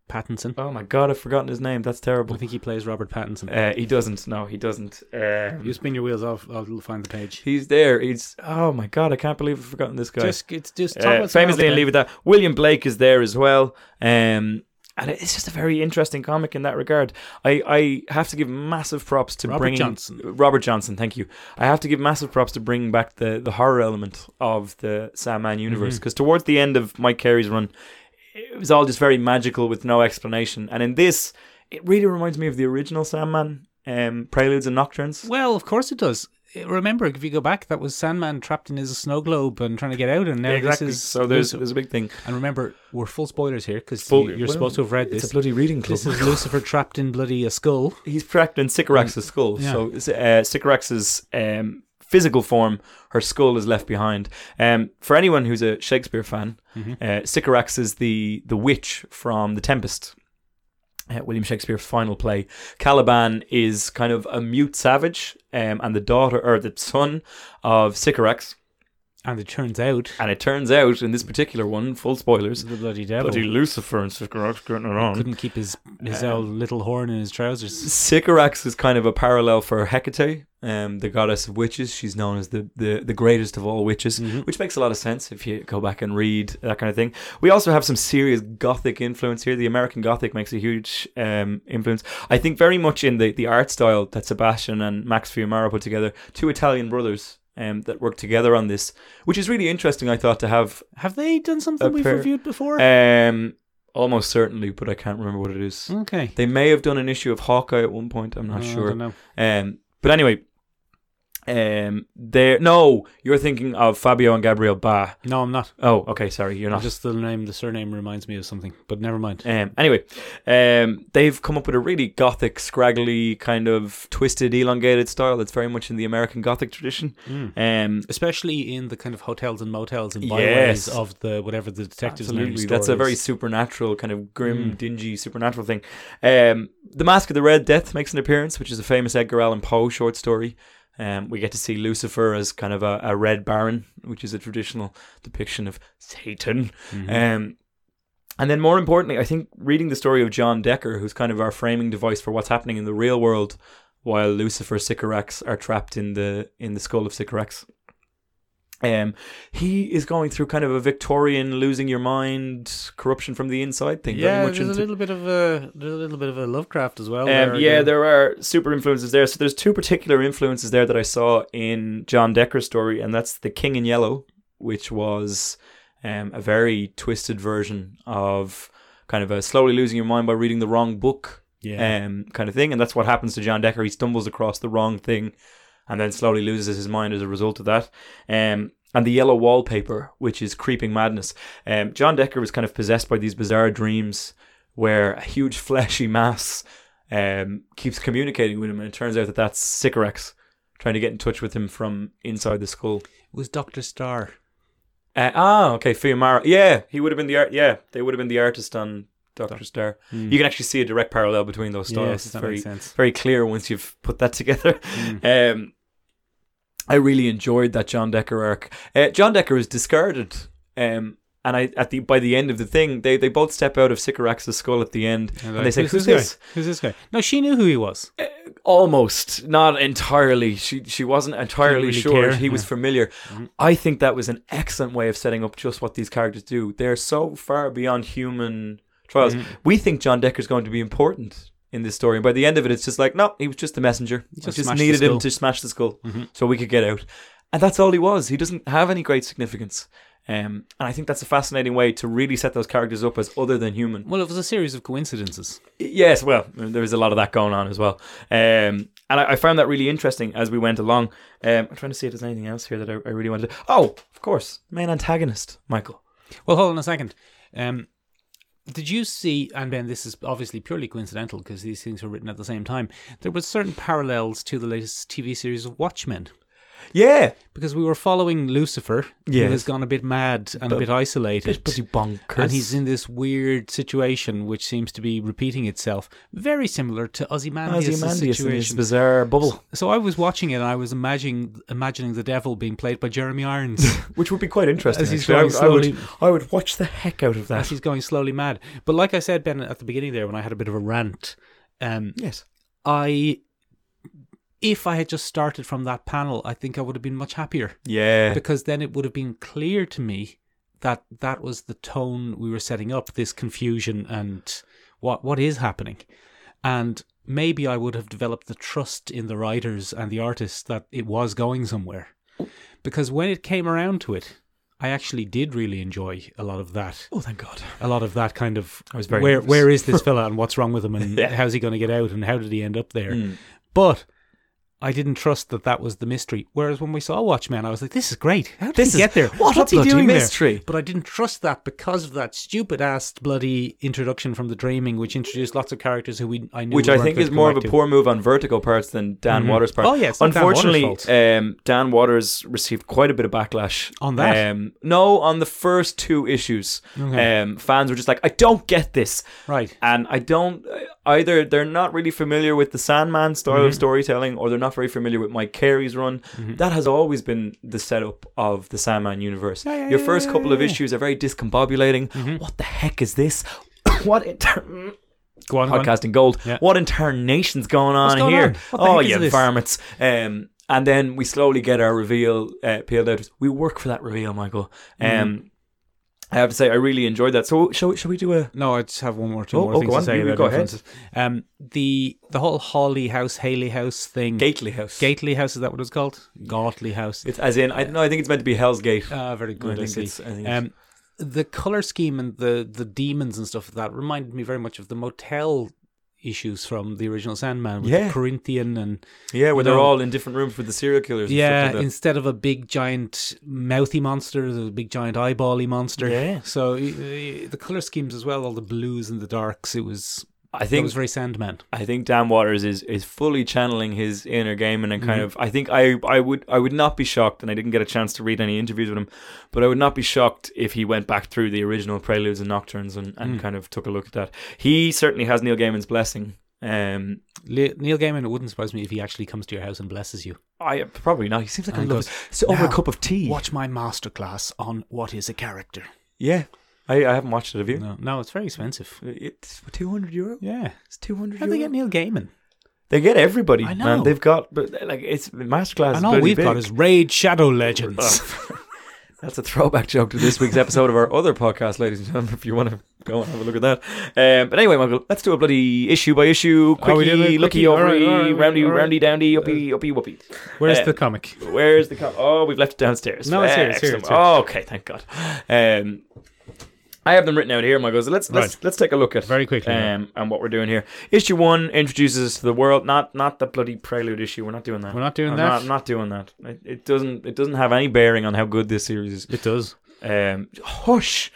[SPEAKER 3] Pattinson.
[SPEAKER 2] Oh my god, I've forgotten his name. That's terrible.
[SPEAKER 3] I think he plays Robert Pattinson.
[SPEAKER 2] Uh, he doesn't. No, he doesn't. Um,
[SPEAKER 3] you spin your wheels off. I'll find the page.
[SPEAKER 2] he's there. He's. Oh my god, I can't believe I've forgotten this guy.
[SPEAKER 3] Just, it's just
[SPEAKER 2] Uh, famously, and leave it that. William Blake is there as well. Um, and it's just a very interesting comic in that regard. I, I have to give massive props to
[SPEAKER 3] Robert
[SPEAKER 2] bringing
[SPEAKER 3] Johnson.
[SPEAKER 2] Robert Johnson. Thank you. I have to give massive props to bringing back the, the horror element of the Sandman universe
[SPEAKER 3] Mm-hmm.
[SPEAKER 2] because towards the end of Mike Carey's run, it was all just very magical with no explanation. And in this, it really reminds me of the original Sandman, um, Preludes and Nocturnes.
[SPEAKER 3] Well, of course it does. Eh, Remember, if you go back, that was Sandman trapped in his snow globe and trying to get out, and now this is
[SPEAKER 2] so there's
[SPEAKER 3] Lucifer.
[SPEAKER 2] there's a big thing.
[SPEAKER 3] And remember, we're full spoilers here because
[SPEAKER 2] Full-
[SPEAKER 3] you're supposed to
[SPEAKER 2] well,
[SPEAKER 3] have read
[SPEAKER 2] It's
[SPEAKER 3] this.
[SPEAKER 2] a bloody reading club.
[SPEAKER 3] This is Lucifer trapped in bloody a skull.
[SPEAKER 2] he's trapped in Sycorax's skull.
[SPEAKER 3] Yeah.
[SPEAKER 2] So uh, Sycorax's um, physical form, her skull is left behind. Um, for anyone who's a Shakespeare fan, uh, Sycorax is the the witch from The Tempest. Uh, William Shakespeare's final play. Caliban is kind of a mute savage, um, and the daughter or the son of Sycorax.
[SPEAKER 3] And it turns out
[SPEAKER 2] And it turns out in this particular one, full spoilers,
[SPEAKER 3] the bloody devil
[SPEAKER 2] bloody Um, Lucifer and Sycorax getting it on.
[SPEAKER 3] couldn't keep his, his old little horn in his trousers.
[SPEAKER 2] Sycorax is kind of a parallel for Hecate, um, the goddess of witches. She's known as the, the, the greatest of all witches, which makes a lot of sense if you go back and read that kind of thing. We also have some serious Gothic influence here. The American Gothic makes a huge um, influence. I think very much in the, the art style that Sebastian and Max Fiumara put together, two Italian brothers. Um, that worked together on this, which is really interesting. I thought to have
[SPEAKER 3] Have they done something
[SPEAKER 2] A
[SPEAKER 3] we've
[SPEAKER 2] pair-
[SPEAKER 3] reviewed before?
[SPEAKER 2] um, almost certainly, but I can't remember what it is.
[SPEAKER 3] okay.
[SPEAKER 2] They may have done an issue of Hawkeye at one point. I'm
[SPEAKER 3] Mm. No,
[SPEAKER 2] not
[SPEAKER 3] I
[SPEAKER 2] sure.
[SPEAKER 3] don't know.
[SPEAKER 2] Um, but anyway, um, there. No, you're thinking of Fabio and Gabriel Ba.
[SPEAKER 3] No, I'm not.
[SPEAKER 2] Oh, okay, sorry, you're not.
[SPEAKER 3] Just the name, the surname reminds me of something, but never mind.
[SPEAKER 2] Um, anyway, um, they've come up with a really gothic, scraggly kind of twisted, elongated style that's very much in the American Gothic tradition.
[SPEAKER 3] Hmm.
[SPEAKER 2] Um,
[SPEAKER 3] Especially in the kind of hotels and motels and
[SPEAKER 2] Yes.
[SPEAKER 3] byways of the whatever the detective's name
[SPEAKER 2] Absolutely,
[SPEAKER 3] store
[SPEAKER 2] that's a very
[SPEAKER 3] is.
[SPEAKER 2] supernatural kind of grim, dingy supernatural thing. Um, the Mask of the Red Death makes an appearance, which is a famous Edgar Allan Poe short story. Um, we get to see Lucifer as kind of a, a red baron, which is a traditional depiction of Satan.
[SPEAKER 3] Mm-hmm.
[SPEAKER 2] Um, and then, more importantly, I think reading the story of John Decker, who's kind of our framing device for what's happening in the real world, while Lucifer Sycorax are trapped in the in the skull of Sycorax. Um, he is going through kind of a Victorian losing your mind, corruption from the inside thing.
[SPEAKER 3] yeah,
[SPEAKER 2] very much
[SPEAKER 3] there's
[SPEAKER 2] into,
[SPEAKER 3] a little bit of a there's a little bit of a Lovecraft as well.
[SPEAKER 2] um, yeah, there are super influences there. So there's two particular influences there that I saw in John Decker's story, and that's the King in Yellow, which was um, a very twisted version of kind of a slowly losing your mind by reading the wrong book
[SPEAKER 3] yeah.
[SPEAKER 2] um, kind of thing. And that's what happens to John Decker. He stumbles across the wrong thing and then slowly loses his mind as a result of that. Um, and the yellow wallpaper, which is creeping madness. Um, John Decker was kind of possessed by these bizarre dreams where a huge fleshy mass um, keeps communicating with him. And it turns out that that's Sycorax trying to get in touch with him from inside the skull.
[SPEAKER 3] It was Doctor Star.
[SPEAKER 2] Uh, ah, okay, Fiumara. Yeah, he would have been the art. Yeah, they would have been the artist on Doctor Star. You can actually see a direct parallel between those styles.
[SPEAKER 3] Hmm. Yes,
[SPEAKER 2] It's
[SPEAKER 3] that
[SPEAKER 2] very,
[SPEAKER 3] makes sense.
[SPEAKER 2] very clear once you've put that together. Um, I really enjoyed that John Decker arc. Uh, John Decker is discarded, um, and I at the by the end of the thing, they, they both step out of Sycorax's skull at the end, and, they say, "Who's this?"
[SPEAKER 3] guy? Who's this guy? No, she knew who he was.
[SPEAKER 2] almost not entirely she she wasn't entirely
[SPEAKER 3] really
[SPEAKER 2] sure
[SPEAKER 3] care,
[SPEAKER 2] he was
[SPEAKER 3] yeah. Mm-hmm.
[SPEAKER 2] familiar i think that was an excellent way of setting up just what these characters do they're so far beyond human trials
[SPEAKER 3] Mm-hmm.
[SPEAKER 2] we think john decker's going to be important in this story and by the end of it it's just like no he was just the messenger We
[SPEAKER 3] just
[SPEAKER 2] just,
[SPEAKER 3] smashed the
[SPEAKER 2] needed
[SPEAKER 3] skull. Mm-hmm.
[SPEAKER 2] him to smash the skull so we could get out and that's all he was he doesn't have any great significance um, and I think that's a fascinating way to really set those characters up as other than human.
[SPEAKER 3] Well, it was a series of coincidences.
[SPEAKER 2] Yes, well, there is a lot of that going on as well. Um, and I, I found that really interesting as we went along. Um, I'm trying to see if there's anything else here that I, I really wanted to. Oh, of course, main antagonist, Michael.
[SPEAKER 3] Well, hold on a second. Um, did you see? And Ben, this is obviously purely coincidental because these things were written at the same time. There were certain parallels to the latest TV series of Watchmen.
[SPEAKER 2] Yeah.
[SPEAKER 3] because we were following Lucifer,
[SPEAKER 2] Yes.
[SPEAKER 3] who has gone a bit mad and
[SPEAKER 2] Bu-
[SPEAKER 3] a bit isolated.
[SPEAKER 2] bonkers.
[SPEAKER 3] and he's in this weird situation which seems to be repeating itself, very similar to Ozymandias'
[SPEAKER 2] Ozymandias in his
[SPEAKER 3] situation.
[SPEAKER 2] bizarre bubble,
[SPEAKER 3] So I was watching it and I was imagining imagining the devil being played by Jeremy Irons
[SPEAKER 2] which would be quite interesting.
[SPEAKER 3] As he's
[SPEAKER 2] actually. I would-
[SPEAKER 3] going
[SPEAKER 2] I, would,
[SPEAKER 3] slowly-
[SPEAKER 2] I would watch the heck out of that.
[SPEAKER 3] as he's going slowly mad. But like I said, Ben, at the beginning there when I had a bit of a rant, um,
[SPEAKER 2] yes.
[SPEAKER 3] I if I had just started from that panel, I think I would have been much happier.
[SPEAKER 2] Yeah.
[SPEAKER 3] because then it would have been clear to me that that was the tone we were setting up this confusion and what what is happening and maybe i would have developed the trust in the writers and the artists that it was going somewhere because when it came around to it i actually did really enjoy a lot of that
[SPEAKER 2] Oh, thank God.
[SPEAKER 3] a lot of that kind of
[SPEAKER 2] I was very
[SPEAKER 3] where
[SPEAKER 2] nervous.
[SPEAKER 3] where is this fella and what's wrong with him and
[SPEAKER 2] Yeah. Hmm.
[SPEAKER 3] how's he going to get out and how did he end up there but I didn't trust that that was the mystery. Whereas when we saw Watchmen, I was like, "This is great. How did
[SPEAKER 2] This
[SPEAKER 3] he
[SPEAKER 2] is-
[SPEAKER 3] get there?
[SPEAKER 2] what a
[SPEAKER 3] What's he
[SPEAKER 2] bloody
[SPEAKER 3] doing
[SPEAKER 2] mystery."
[SPEAKER 3] There? But I didn't trust that because of that stupid ass bloody introduction from the Dreaming, which introduced lots of characters who we I knew.
[SPEAKER 2] Which
[SPEAKER 3] we
[SPEAKER 2] I
[SPEAKER 3] weren't
[SPEAKER 2] think
[SPEAKER 3] going
[SPEAKER 2] is
[SPEAKER 3] to
[SPEAKER 2] more of
[SPEAKER 3] come
[SPEAKER 2] a
[SPEAKER 3] back to.
[SPEAKER 2] poor move on Vertigo parts than Dan Waters' part.
[SPEAKER 3] Oh, yeah, it's not Dan Waters'
[SPEAKER 2] unfortunately,
[SPEAKER 3] fault.
[SPEAKER 2] um, Dan Waters received quite a bit of backlash
[SPEAKER 3] On that?
[SPEAKER 2] Um, no, on the first two issues,
[SPEAKER 3] Okay.
[SPEAKER 2] um, fans were just like, "I don't get this."
[SPEAKER 3] Right.
[SPEAKER 2] and I don't uh, either. They're not really familiar with the Sandman style
[SPEAKER 3] Mm-hmm.
[SPEAKER 2] of storytelling, or they're not very familiar with Mike Carey's run. That has always been the setup of the Sandman universe.
[SPEAKER 3] yeah,
[SPEAKER 2] Your
[SPEAKER 3] yeah,
[SPEAKER 2] first
[SPEAKER 3] yeah,
[SPEAKER 2] couple of
[SPEAKER 3] yeah. Mm-hmm.
[SPEAKER 2] issues are very discombobulating. What the heck is this? what inter-
[SPEAKER 3] Go on. go on.
[SPEAKER 2] podcasting gold?
[SPEAKER 3] Yeah.
[SPEAKER 2] What internation's going on
[SPEAKER 3] going
[SPEAKER 2] here?
[SPEAKER 3] on? What the
[SPEAKER 2] Oh
[SPEAKER 3] heck is
[SPEAKER 2] yeah,
[SPEAKER 3] this?
[SPEAKER 2] varmints. Um, and then we slowly get our reveal uh, peeled out. We work for that reveal, Michael.
[SPEAKER 3] Mm-hmm.
[SPEAKER 2] Um, I have to say, I really enjoyed that. So, shall, we- shall we do a?
[SPEAKER 3] No, I just have one more, two
[SPEAKER 2] Oh,
[SPEAKER 3] more
[SPEAKER 2] oh,
[SPEAKER 3] things
[SPEAKER 2] go on.
[SPEAKER 3] to say
[SPEAKER 2] You- you
[SPEAKER 3] about
[SPEAKER 2] go ahead.
[SPEAKER 3] influences. Um, the the whole Hawley House, Haley House thing.
[SPEAKER 2] Gately House.
[SPEAKER 3] Gately House is that what it's called? Gatley House.
[SPEAKER 2] It's as in I no, I think it's meant to be Hell's Gate.
[SPEAKER 3] Ah, very good.
[SPEAKER 2] I
[SPEAKER 3] I,
[SPEAKER 2] think
[SPEAKER 3] see.
[SPEAKER 2] it's- I think
[SPEAKER 3] um, the color scheme and the the demons and stuff like that reminded me very much of the motel issues from the original Sandman with
[SPEAKER 2] Yeah.
[SPEAKER 3] the Corinthian and
[SPEAKER 2] yeah, where
[SPEAKER 3] you
[SPEAKER 2] they're
[SPEAKER 3] know-
[SPEAKER 2] all in different rooms with the serial killers.
[SPEAKER 3] yeah.
[SPEAKER 2] and stuff like
[SPEAKER 3] Instead of a big giant mouthy monster, there's a big giant eyebally monster.
[SPEAKER 2] Yeah.
[SPEAKER 3] So uh, the color schemes as well, all the blues and the darks. It was
[SPEAKER 2] that. I
[SPEAKER 3] it
[SPEAKER 2] think
[SPEAKER 3] was very Sandman.
[SPEAKER 2] I think Dan Waters is is fully channeling his inner game and kind of. I think I I would I would not be shocked, and I didn't get a chance to read any interviews with him, but I would not be shocked if he went back through the original Preludes and Nocturnes and, and kind of took a look at that. He certainly has Neil Gaiman's blessing. Um,
[SPEAKER 3] Le- Neil Gaiman. It wouldn't surprise me if he actually comes to your house and blesses you.
[SPEAKER 2] I probably not. He seems like a
[SPEAKER 3] And
[SPEAKER 2] lovely.
[SPEAKER 3] goes,
[SPEAKER 2] So over a
[SPEAKER 3] "Now,
[SPEAKER 2] cup of tea.
[SPEAKER 3] Watch my masterclass on what is a character.
[SPEAKER 2] Yeah, I, I haven't watched it. Have you?
[SPEAKER 3] No, no, it's very expensive.
[SPEAKER 2] It's two hundred euro.
[SPEAKER 3] Yeah.
[SPEAKER 2] It's two hundred.
[SPEAKER 3] How do they get Neil Gaiman?
[SPEAKER 2] They get everybody.
[SPEAKER 3] I
[SPEAKER 2] Man.
[SPEAKER 3] know.
[SPEAKER 2] They've got but like it's masterclass. is
[SPEAKER 3] And all
[SPEAKER 2] bloody
[SPEAKER 3] we've got
[SPEAKER 2] big.
[SPEAKER 3] is Raid Shadow Legends.
[SPEAKER 2] that's a throwback joke to this week's episode of our other podcast, ladies and gentlemen. If you want to go and have a look at that. Um, but anyway, Michael, let's do a bloody issue by issue,
[SPEAKER 3] Oh, we
[SPEAKER 2] quickie,
[SPEAKER 3] did it,
[SPEAKER 2] looky,
[SPEAKER 3] quickie. All right,
[SPEAKER 2] overy,
[SPEAKER 3] all right,
[SPEAKER 2] roundy,
[SPEAKER 3] all right.
[SPEAKER 2] roundy, downdy, uppy, uppy, whoopy.
[SPEAKER 3] Where's
[SPEAKER 2] Uh,
[SPEAKER 3] the comic?
[SPEAKER 2] Where's the com- oh? We've left it downstairs.
[SPEAKER 3] No, it's here, it's here,
[SPEAKER 2] Excellent.
[SPEAKER 3] it's here.
[SPEAKER 2] Oh, okay, thank God. Um, I have them written out here, Michael. So let's let's
[SPEAKER 3] Right.
[SPEAKER 2] let's take a look at
[SPEAKER 3] Very quickly, yeah.
[SPEAKER 2] um, and what we're doing here. Issue one introduces us to the world, not not the bloody prelude issue. We're not doing that.
[SPEAKER 3] We're not doing
[SPEAKER 2] I'm
[SPEAKER 3] that.
[SPEAKER 2] Not, I'm not doing that. It, it doesn't it doesn't have any bearing on how good this series is.
[SPEAKER 3] It does.
[SPEAKER 2] Um, hush,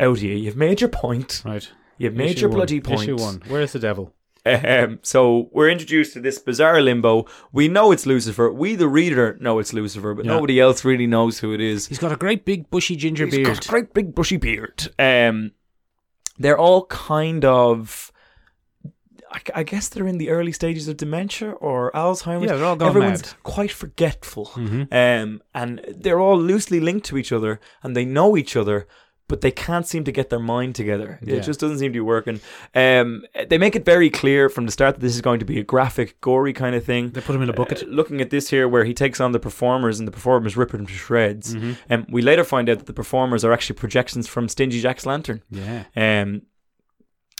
[SPEAKER 2] out here. You've made your point.
[SPEAKER 3] Right.
[SPEAKER 2] You've made
[SPEAKER 3] Issue
[SPEAKER 2] your
[SPEAKER 3] one.
[SPEAKER 2] bloody point.
[SPEAKER 3] Issue one. Where's the devil?
[SPEAKER 2] Um, so we're introduced to this bizarre limbo. We know it's Lucifer. We, the reader, know it's Lucifer, but
[SPEAKER 3] Yeah.
[SPEAKER 2] nobody else really knows who it is.
[SPEAKER 3] He's got a great big bushy ginger
[SPEAKER 2] He's
[SPEAKER 3] beard.
[SPEAKER 2] got a great big bushy beard. Um, they're all kind of. I, I guess they're in the early stages of dementia or Alzheimer's.
[SPEAKER 3] Yeah, they're all gone
[SPEAKER 2] Everyone's
[SPEAKER 3] mad. Mm-hmm.
[SPEAKER 2] quite forgetful, um, and they're all loosely linked to each other, and they know each other, but they can't seem to get their mind together. It
[SPEAKER 3] Yeah.
[SPEAKER 2] just doesn't seem to be working. Um, they make it very clear from the start that this is going to be a graphic, gory kind of thing
[SPEAKER 3] They put him in a bucket.
[SPEAKER 2] looking at this here, where he takes on the performers and the performers rip him to shreds.
[SPEAKER 3] Mm-hmm.
[SPEAKER 2] And we later find out that the performers are actually projections from Stingy Jack's lantern.
[SPEAKER 3] yeah.
[SPEAKER 2] Um,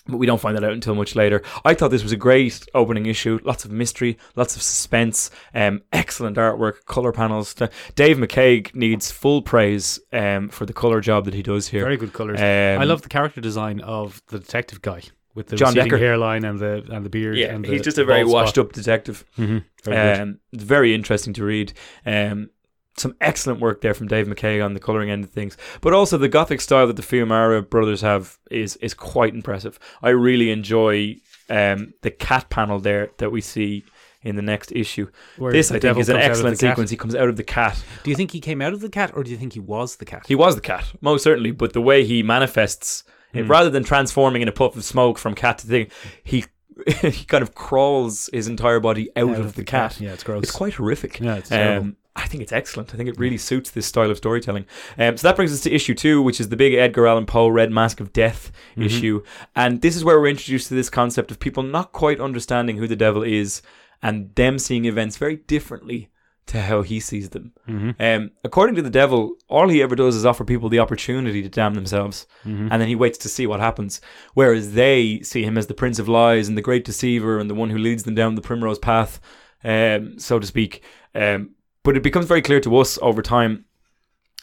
[SPEAKER 2] but we don't find that out until much later. I thought this was a great opening issue. Lots of mystery, lots of suspense, um, excellent artwork, color panels. Th- Dave McCaig needs full praise um, for the color job that he does here.
[SPEAKER 3] Very good colors.
[SPEAKER 2] Um,
[SPEAKER 3] I love the character design of the detective guy with the
[SPEAKER 2] John
[SPEAKER 3] receding
[SPEAKER 2] Decker.
[SPEAKER 3] hairline and the and the beard.
[SPEAKER 2] Yeah,
[SPEAKER 3] and the,
[SPEAKER 2] he's just a very washed up detective.
[SPEAKER 3] hmm Very good.
[SPEAKER 2] Um, it's very interesting to read. Um, some excellent work there from Dave McKay on the colouring end of things, but also the gothic style that the Fiumara brothers have is is quite impressive. I really enjoy um, the cat panel there that we see in the next issue.
[SPEAKER 3] Where
[SPEAKER 2] this I
[SPEAKER 3] the
[SPEAKER 2] think
[SPEAKER 3] devil
[SPEAKER 2] is an
[SPEAKER 3] comes out of
[SPEAKER 2] excellent
[SPEAKER 3] the cat.
[SPEAKER 2] sequence. He comes out of the cat.
[SPEAKER 3] Do you think he came out of the cat, or do you think he was the cat?
[SPEAKER 2] He was the cat, most certainly, but the way he manifests,
[SPEAKER 3] Hmm.
[SPEAKER 2] it, rather than transforming in a puff of smoke from cat to thing, he he kind of crawls his entire body out, of, the, cat.
[SPEAKER 3] Yeah, it's gross.
[SPEAKER 2] It's quite horrific.
[SPEAKER 3] Yeah, it's terrible.
[SPEAKER 2] um, I think it's excellent. I think it really suits this style of storytelling. Um, so that brings us to issue two, which is the big Edgar Allan Poe Red Mask of Death
[SPEAKER 3] Mm-hmm.
[SPEAKER 2] issue. And this is where we're introduced to this concept of people not quite understanding who the devil is and them seeing events very differently to how he sees them.
[SPEAKER 3] Mm-hmm.
[SPEAKER 2] Um, according to the devil, all he ever does is offer people the opportunity to damn themselves,
[SPEAKER 3] Mm-hmm.
[SPEAKER 2] and then he waits to see what happens. Whereas they see him as the prince of lies and the great deceiver and the one who leads them down the primrose path, um, so to speak. Um, but it becomes very clear to us over time,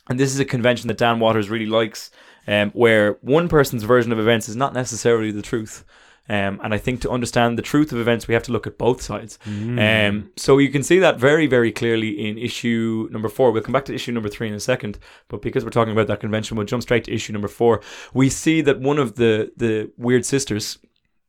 [SPEAKER 2] and this is a convention that Dan Waters really likes, um, where one person's version of events is not necessarily the truth. Um, and I think to understand the truth of events, we have to look at both sides. Um, so you can see that very, very clearly in issue number four. We'll come back to issue number three in a second, but because we're talking about that convention, we'll jump straight to issue number four. We see that one of the the weird sisters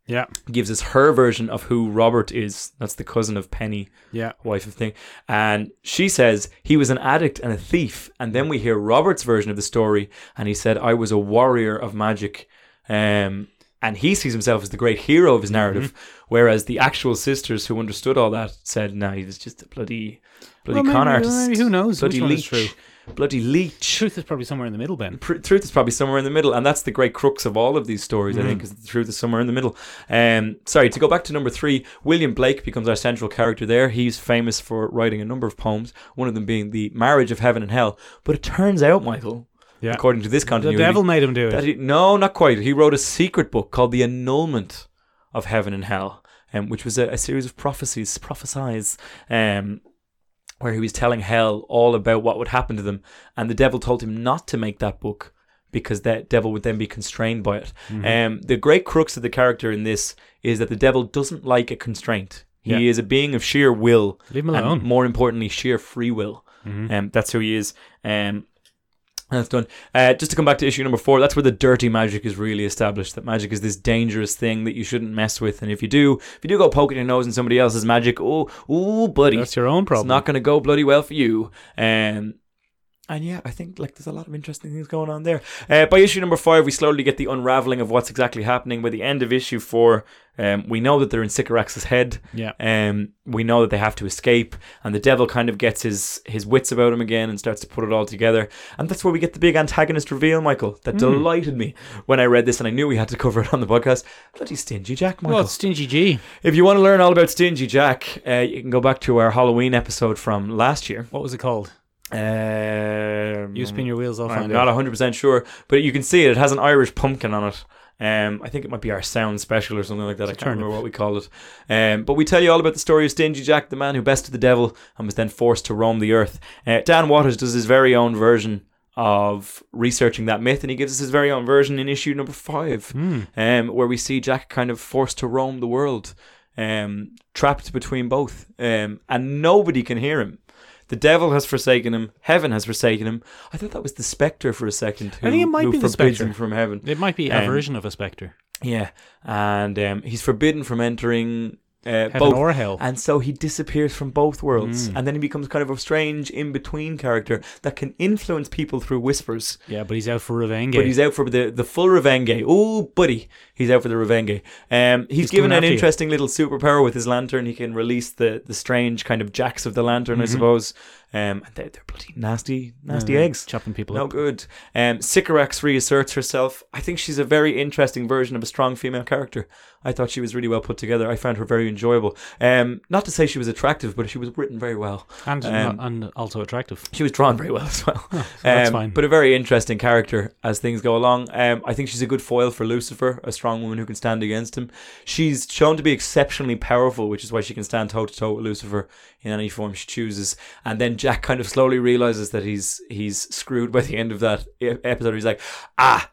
[SPEAKER 3] yeah,
[SPEAKER 2] gives us her version of who Robert is. That's the cousin of Penny,
[SPEAKER 3] yeah.
[SPEAKER 2] wife of thing. And she says he was an addict and a thief. And then we hear Robert's version of the story, and he said, I was a warrior of magic. Um, and he sees himself as the great hero
[SPEAKER 3] Mm-hmm.
[SPEAKER 2] of his narrative, whereas the actual sisters who understood all that said, "No, he was just a bloody, bloody
[SPEAKER 3] Well, maybe-
[SPEAKER 2] con artist.
[SPEAKER 3] maybe who knows?
[SPEAKER 2] Bloody
[SPEAKER 3] Which one is
[SPEAKER 2] leech. Bloody leech."
[SPEAKER 3] Truth is probably somewhere in the middle, Ben.
[SPEAKER 2] pr- truth is probably somewhere in the middle, and that's the great crux of all of these stories. I
[SPEAKER 3] Mm.
[SPEAKER 2] think is the truth is somewhere in the middle. Um, sorry to go back to number three. William Blake becomes our central character there. He's famous for writing a number of poems, one of them being the Marriage of Heaven and Hell. But it turns out, Michael,
[SPEAKER 3] Yeah.
[SPEAKER 2] according to this
[SPEAKER 3] The
[SPEAKER 2] continuity,
[SPEAKER 3] devil made him do it.
[SPEAKER 2] that he, no, not quite. He wrote a secret book called The Annulment of Heaven and Hell, um, which was a, a series of prophecies, prophesies, um, where he was telling hell all about what would happen to them. And the devil told him not to make that book because that devil would then be constrained by it.
[SPEAKER 3] Mm-hmm.
[SPEAKER 2] Um, the great crux of the character in this is that the devil doesn't like a constraint. He
[SPEAKER 3] Yeah.
[SPEAKER 2] is a being of sheer will.
[SPEAKER 3] Leave him
[SPEAKER 2] and
[SPEAKER 3] alone. Mm-hmm.
[SPEAKER 2] more importantly, sheer free will. Um, that's who he is. Um, that's done. Uh, just to come back to issue number four, that's where the dirty magic is really established. That magic is this dangerous thing that you shouldn't mess with, and if you do, if you do go poking your nose in somebody else's magic, oh, oh, buddy,
[SPEAKER 3] That's your own problem.
[SPEAKER 2] it's not going to go bloody well for you. Um, and yeah, I think like there's a lot of interesting things going on there. Uh, by issue number five, we slowly get the unraveling of what's exactly happening. By the end of issue four, um, we know that they're in Sycorax's head.
[SPEAKER 3] Yeah.
[SPEAKER 2] Um, we know that they have to escape, and the devil kind of gets his his wits about him again and starts to put it all together. And that's where we get the big antagonist reveal, Michael.
[SPEAKER 3] Hmm.
[SPEAKER 2] That delighted me when I read this, and I knew we had to cover it on the podcast. Bloody stingy Jack, Michael.
[SPEAKER 3] Well, it's Stingy G.
[SPEAKER 2] If you want to learn all about Stingy Jack, uh, you can go back to our Halloween episode from last year.
[SPEAKER 3] What was it called?
[SPEAKER 2] Um,
[SPEAKER 3] You spin your wheels off.
[SPEAKER 2] I'm not 100% sure, but you can see it. It has an Irish pumpkin on it. Um, I think it might be our sound special or something like that. I can't remember what we call it. Um, but we tell you all about the story of Stingy Jack, the man who bested the devil and was then forced to roam the earth. Uh, Dan Waters does his very own version of researching that myth, and he gives us his very own version in issue number five, um, where we see Jack kind of forced to roam the world, um, trapped between both, um, and nobody can hear him. The devil has forsaken him. Heaven has forsaken him. I thought that was the specter for a second. Who,
[SPEAKER 3] I think it might
[SPEAKER 2] who
[SPEAKER 3] be the
[SPEAKER 2] forbids
[SPEAKER 3] spectre.
[SPEAKER 2] him from heaven.
[SPEAKER 3] It might be a
[SPEAKER 2] Um,
[SPEAKER 3] version of a spectre.
[SPEAKER 2] Yeah, and um, he's forbidden from entering uh,
[SPEAKER 3] Heaven
[SPEAKER 2] both
[SPEAKER 3] or hell.
[SPEAKER 2] and so he disappears from both worlds,
[SPEAKER 3] Mm.
[SPEAKER 2] and then he becomes kind of a strange in between character that can influence people through whispers.
[SPEAKER 3] Yeah, but he's out for revenge.
[SPEAKER 2] But he's out for the, the full Revenge. Oh, buddy, he's out for the Revenge. Um, he's, given
[SPEAKER 3] coming
[SPEAKER 2] an
[SPEAKER 3] after you.
[SPEAKER 2] interesting little superpower with his lantern. He can release the, the strange kind of jacks of the lantern,
[SPEAKER 3] Mm-hmm.
[SPEAKER 2] I suppose. Um, and they're, they're bloody nasty, nasty eggs.
[SPEAKER 3] chopping people
[SPEAKER 2] No
[SPEAKER 3] up.
[SPEAKER 2] good. Um, Sycorax reasserts herself. I think she's a very interesting version of a strong female character. I thought she was really well put together. I found her very enjoyable. Um, not to say she was attractive, but she was written very well.
[SPEAKER 3] and
[SPEAKER 2] Um,
[SPEAKER 3] and also attractive.
[SPEAKER 2] She was drawn very well as well.
[SPEAKER 3] that's
[SPEAKER 2] Um,
[SPEAKER 3] fine.
[SPEAKER 2] But a very interesting character as things go along. Um, I think she's a good foil for Lucifer, a strong woman who can stand against him. She's shown to be exceptionally powerful, which is why she can stand toe to toe with Lucifer in any form she chooses. And then Jack kind of slowly realizes that he's he's screwed by the end of that e- episode. He's like, ah,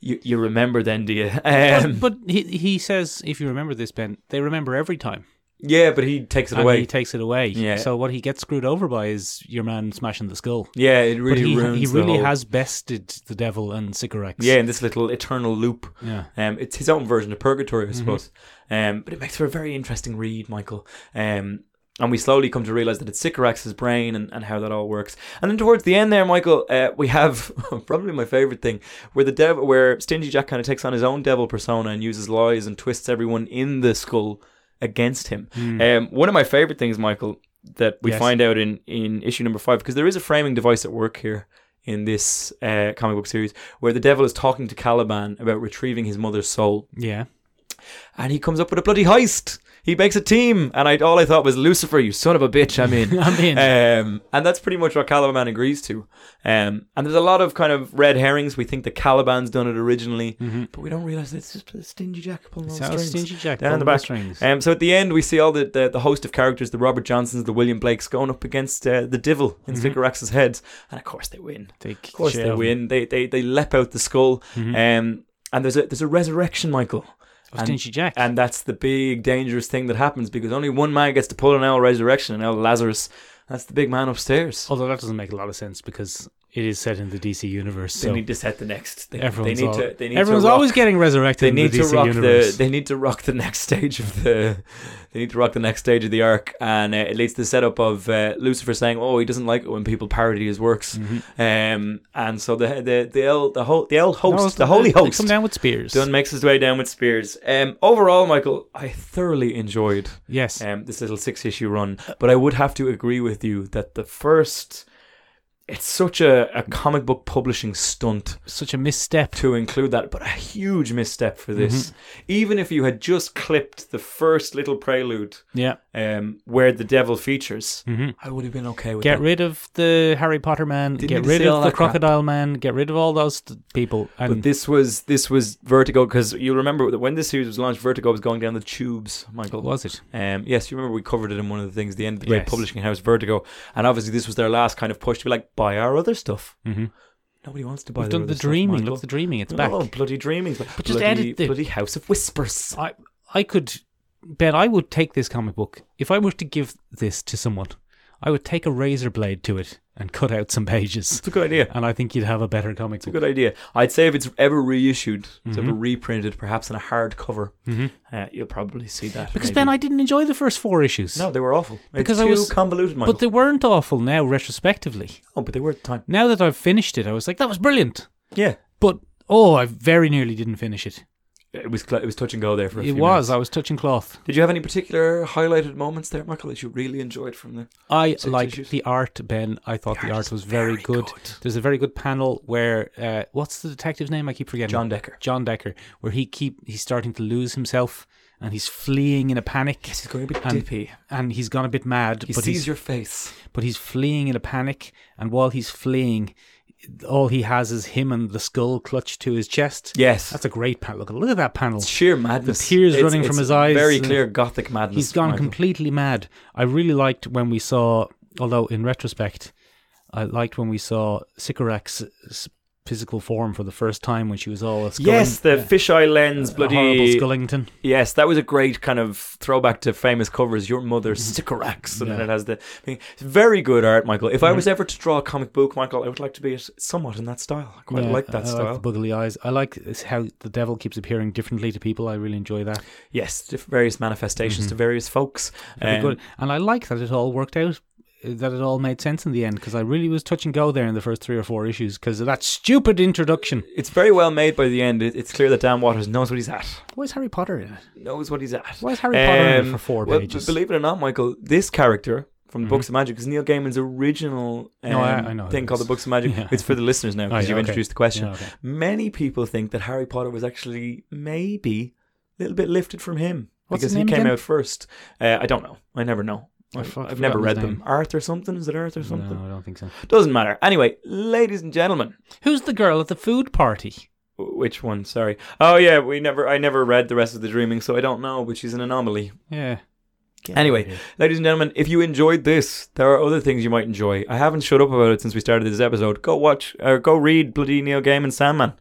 [SPEAKER 2] you you remember then, do you? Um,
[SPEAKER 3] but he he says, if you remember this, Ben, they remember every time,
[SPEAKER 2] yeah, but he takes it
[SPEAKER 3] and
[SPEAKER 2] away.
[SPEAKER 3] he takes it away.
[SPEAKER 2] Yeah.
[SPEAKER 3] So what he gets screwed over by is your man smashing the skull.
[SPEAKER 2] yeah, it
[SPEAKER 3] But
[SPEAKER 2] really
[SPEAKER 3] he,
[SPEAKER 2] ruins
[SPEAKER 3] he
[SPEAKER 2] the
[SPEAKER 3] really
[SPEAKER 2] whole-
[SPEAKER 3] has bested the devil and Sycorax.
[SPEAKER 2] Yeah, in this little eternal loop.
[SPEAKER 3] Yeah.
[SPEAKER 2] Um, it's his own version of purgatory, I suppose. Um, but it makes for a very interesting read, Michael. Um, And we slowly come to realize that it's Sycorax's brain and, and how that all works. And then towards the end there, Michael, uh, we have probably my favorite thing, where the devil, where Stingy Jack kind of takes on his own devil persona and uses lies and twists everyone in the skull against him. Um, one of my favorite things, Michael, that we
[SPEAKER 3] Hmm. Yes.
[SPEAKER 2] find out in, in issue number five, because there is a framing device at work here in this uh, comic book series, where the devil is talking to Caliban about retrieving his mother's soul
[SPEAKER 3] Yeah.
[SPEAKER 2] and he comes up with a bloody heist. He makes a team, and I all I thought was Lucifer, you son of a bitch, I'm in.
[SPEAKER 3] I'm in.
[SPEAKER 2] Um, and that's pretty much what Caliban agrees to. Um, and there's a lot of kind of red herrings. We think that Caliban's done it originally,
[SPEAKER 3] Mm-hmm.
[SPEAKER 2] but we don't realize it's just a stingy jack pulling all the
[SPEAKER 3] So
[SPEAKER 2] strings.
[SPEAKER 3] Stingy Jack
[SPEAKER 2] Down
[SPEAKER 3] pulled
[SPEAKER 2] the back.
[SPEAKER 3] strings.
[SPEAKER 2] Um, so at the end, we see all the, the, the host of characters, the Robert Johnsons, the William Blakes, going up against uh, the Devil in mm heads, and of course they win.
[SPEAKER 3] Take
[SPEAKER 2] Of course they win. They they they lep out the skull. Um, and there's a there's a resurrection, Michael. And-
[SPEAKER 3] Oh, Stingy Jack.
[SPEAKER 2] and that's the big dangerous thing that happens because only one man gets to pull an owl resurrection, and owl Lazarus. That's the big man upstairs.
[SPEAKER 3] Although that doesn't make a lot of sense because it is set in the DC universe.
[SPEAKER 2] They
[SPEAKER 3] So
[SPEAKER 2] need to set the next. They, they
[SPEAKER 3] everyone's,
[SPEAKER 2] need
[SPEAKER 3] all-
[SPEAKER 2] to. They need
[SPEAKER 3] everyone's
[SPEAKER 2] to rock,
[SPEAKER 3] always getting resurrected
[SPEAKER 2] They
[SPEAKER 3] in
[SPEAKER 2] need
[SPEAKER 3] the
[SPEAKER 2] to
[SPEAKER 3] DC
[SPEAKER 2] rock
[SPEAKER 3] universe.
[SPEAKER 2] the. They need to rock the next stage of the. They need to rock the next stage of the arc, and uh, it leads to the setup of uh, Lucifer saying, "Oh, he doesn't like it when people parody his works,"
[SPEAKER 3] Mm-hmm.
[SPEAKER 2] um, and so the the the el, the, ho- the el
[SPEAKER 3] No,
[SPEAKER 2] host,
[SPEAKER 3] it's-
[SPEAKER 2] the holy
[SPEAKER 3] they- they
[SPEAKER 2] host,
[SPEAKER 3] Come down with spears.
[SPEAKER 2] done makes his way down with spears. Um, overall, Michael, I thoroughly enjoyed
[SPEAKER 3] Yes.
[SPEAKER 2] um, this little six issue run. But I would have to agree with you that the first. It's such a, a comic book publishing stunt
[SPEAKER 3] Such a misstep.
[SPEAKER 2] to include that, but a huge misstep for this.
[SPEAKER 3] Mm-hmm.
[SPEAKER 2] Even if you had just clipped the first little prelude
[SPEAKER 3] Yeah.
[SPEAKER 2] um, where the devil features,
[SPEAKER 3] Mhm.
[SPEAKER 2] I would have been okay with
[SPEAKER 3] Get
[SPEAKER 2] that.
[SPEAKER 3] rid of the Harry Potter man.
[SPEAKER 2] Didn't need
[SPEAKER 3] get
[SPEAKER 2] to
[SPEAKER 3] rid
[SPEAKER 2] say all
[SPEAKER 3] of the
[SPEAKER 2] that crap.
[SPEAKER 3] crocodile man. Get rid of all those t- people.
[SPEAKER 2] But
[SPEAKER 3] And
[SPEAKER 2] this was this was Vertigo because you remember that when this series was launched, Vertigo was going down the tubes, Michael.
[SPEAKER 3] what was it?
[SPEAKER 2] Um, yes, you remember we covered it in one of the things, the end of the great
[SPEAKER 3] Yes.
[SPEAKER 2] publishing house, Vertigo, and obviously this was their last kind of push to be like, buy our other stuff.
[SPEAKER 3] Mm-hmm.
[SPEAKER 2] Nobody wants to buy.
[SPEAKER 3] We've
[SPEAKER 2] their
[SPEAKER 3] done the
[SPEAKER 2] other stuff,
[SPEAKER 3] dreaming.
[SPEAKER 2] Michael.
[SPEAKER 3] Look, the dreaming. It's
[SPEAKER 2] No,
[SPEAKER 3] back.
[SPEAKER 2] no, bloody dreaming. But
[SPEAKER 3] just
[SPEAKER 2] bloody,
[SPEAKER 3] edit the-
[SPEAKER 2] bloody House of Whispers.
[SPEAKER 3] I I could Ben, I would take this comic book if I were to give this to someone. I would take a razor blade to it and cut out some pages,
[SPEAKER 2] It's a good idea.
[SPEAKER 3] and I think you'd have a better comic
[SPEAKER 2] It's a
[SPEAKER 3] book.
[SPEAKER 2] good idea. I'd say if it's ever reissued, it's
[SPEAKER 3] Mm-hmm.
[SPEAKER 2] ever reprinted, perhaps in a hardcover,
[SPEAKER 3] Mhm.
[SPEAKER 2] uh, you'll probably see that.
[SPEAKER 3] Because
[SPEAKER 2] maybe.
[SPEAKER 3] Ben, I didn't enjoy the first four issues,
[SPEAKER 2] no, they were awful. It's
[SPEAKER 3] Because
[SPEAKER 2] too
[SPEAKER 3] I was-
[SPEAKER 2] convoluted, Michael.
[SPEAKER 3] but they weren't awful. Now, retrospectively,
[SPEAKER 2] oh, but they were at the time.
[SPEAKER 3] now that I've finished it, I was like, that was brilliant.
[SPEAKER 2] Yeah,
[SPEAKER 3] But oh, I very nearly didn't finish it.
[SPEAKER 2] it was cl- it was touch and go there for. A
[SPEAKER 3] It
[SPEAKER 2] few
[SPEAKER 3] was.
[SPEAKER 2] minutes.
[SPEAKER 3] I was touching cloth.
[SPEAKER 2] Did you have any particular highlighted moments there, Michael, that you really enjoyed from there?
[SPEAKER 3] I
[SPEAKER 2] Six
[SPEAKER 3] liked
[SPEAKER 2] issues.
[SPEAKER 3] the art, Ben. I thought the,
[SPEAKER 2] art
[SPEAKER 3] art
[SPEAKER 2] is
[SPEAKER 3] was very,
[SPEAKER 2] very
[SPEAKER 3] good.
[SPEAKER 2] good.
[SPEAKER 3] There's a very good panel where uh, what's the detective's name? I keep forgetting.
[SPEAKER 2] John Decker.
[SPEAKER 3] John Decker, where he keep he's starting to lose himself and he's fleeing in a panic.
[SPEAKER 2] Yes, he's going a bit
[SPEAKER 3] and,
[SPEAKER 2] dippy.
[SPEAKER 3] and he's gone a bit mad.
[SPEAKER 2] He
[SPEAKER 3] but
[SPEAKER 2] sees
[SPEAKER 3] he's,
[SPEAKER 2] your face.
[SPEAKER 3] but he's fleeing in a panic, and while he's fleeing, all he has is him and the skull clutched to his chest.
[SPEAKER 2] Yes,
[SPEAKER 3] That's a great panel. Look, at- look at that panel.
[SPEAKER 2] It's sheer madness.
[SPEAKER 3] The tears running from his eyes
[SPEAKER 2] Very
[SPEAKER 3] and-
[SPEAKER 2] clear gothic madness.
[SPEAKER 3] He's gone
[SPEAKER 2] Michael.
[SPEAKER 3] completely mad. I really liked when we saw, although in retrospect, I liked when we saw Sycorax's physical form for the first time when she was all a sculling,
[SPEAKER 2] Yes, the fisheye lens,
[SPEAKER 3] horrible
[SPEAKER 2] bloody.
[SPEAKER 3] Skullington.
[SPEAKER 2] Yes, that was a great kind of throwback to famous covers. Your mother, Sycorax, and then
[SPEAKER 3] Mm-hmm. Yeah. Mm-hmm.
[SPEAKER 2] it has the thing. It's very good art, Michael. If I was ever to draw a comic book, Michael, I would like to be it somewhat in that style. I quite
[SPEAKER 3] Yeah,
[SPEAKER 2] like that
[SPEAKER 3] I
[SPEAKER 2] style.
[SPEAKER 3] like the buggly eyes. I like this- how the devil keeps appearing differently to people. I really enjoy that.
[SPEAKER 2] yes, diff- various manifestations to various folks.
[SPEAKER 3] Mm-hmm. Very
[SPEAKER 2] Um,
[SPEAKER 3] good. And I like that it all worked out, uh, that it all made sense in the end, because I really was touch and go there in the first three or four issues because of that stupid introduction.
[SPEAKER 2] It's very well made by the end. It- It's clear that Dan Waters knows what he's at.
[SPEAKER 3] Why is Harry Potter in it?
[SPEAKER 2] Knows what he's at.
[SPEAKER 3] Why is Harry Potter in it
[SPEAKER 2] Um,
[SPEAKER 3] for four
[SPEAKER 2] Well,
[SPEAKER 3] pages? Mm-hmm.
[SPEAKER 2] b- believe it or not, Michael, this character from the Books of Magic is Neil Gaiman's original um,
[SPEAKER 3] No, I- I know who
[SPEAKER 2] thing
[SPEAKER 3] it
[SPEAKER 2] called
[SPEAKER 3] is.
[SPEAKER 2] the Books of Magic.
[SPEAKER 3] Yeah. Oh,
[SPEAKER 2] It's for the listeners now because
[SPEAKER 3] yeah,
[SPEAKER 2] you've
[SPEAKER 3] okay.
[SPEAKER 2] introduced the question.
[SPEAKER 3] Yeah, okay.
[SPEAKER 2] Many people think that Harry Potter was actually maybe a little bit lifted from him
[SPEAKER 3] What's
[SPEAKER 2] because
[SPEAKER 3] his
[SPEAKER 2] he
[SPEAKER 3] name
[SPEAKER 2] came
[SPEAKER 3] again?
[SPEAKER 2] out first. Uh, I don't know. I never know.
[SPEAKER 3] I
[SPEAKER 2] I've,
[SPEAKER 3] Oh, fuck-
[SPEAKER 2] I've never
[SPEAKER 3] forgotten
[SPEAKER 2] read
[SPEAKER 3] his
[SPEAKER 2] them.
[SPEAKER 3] name.
[SPEAKER 2] Earth or something? Is it Earth or something?
[SPEAKER 3] No, I don't think so.
[SPEAKER 2] Doesn't matter. Anyway, ladies and gentlemen,
[SPEAKER 3] Who's the girl at the food party?
[SPEAKER 2] which one? Sorry. Oh yeah, we never. I never read the rest of the Dreaming, so I don't know. But she's an anomaly.
[SPEAKER 3] Yeah.
[SPEAKER 2] Anyway, ladies and gentlemen, if you enjoyed this, there are other things you might enjoy. I haven't shut up about it since we started this episode. Go watch or go read bloody Neil Gaiman Sandman.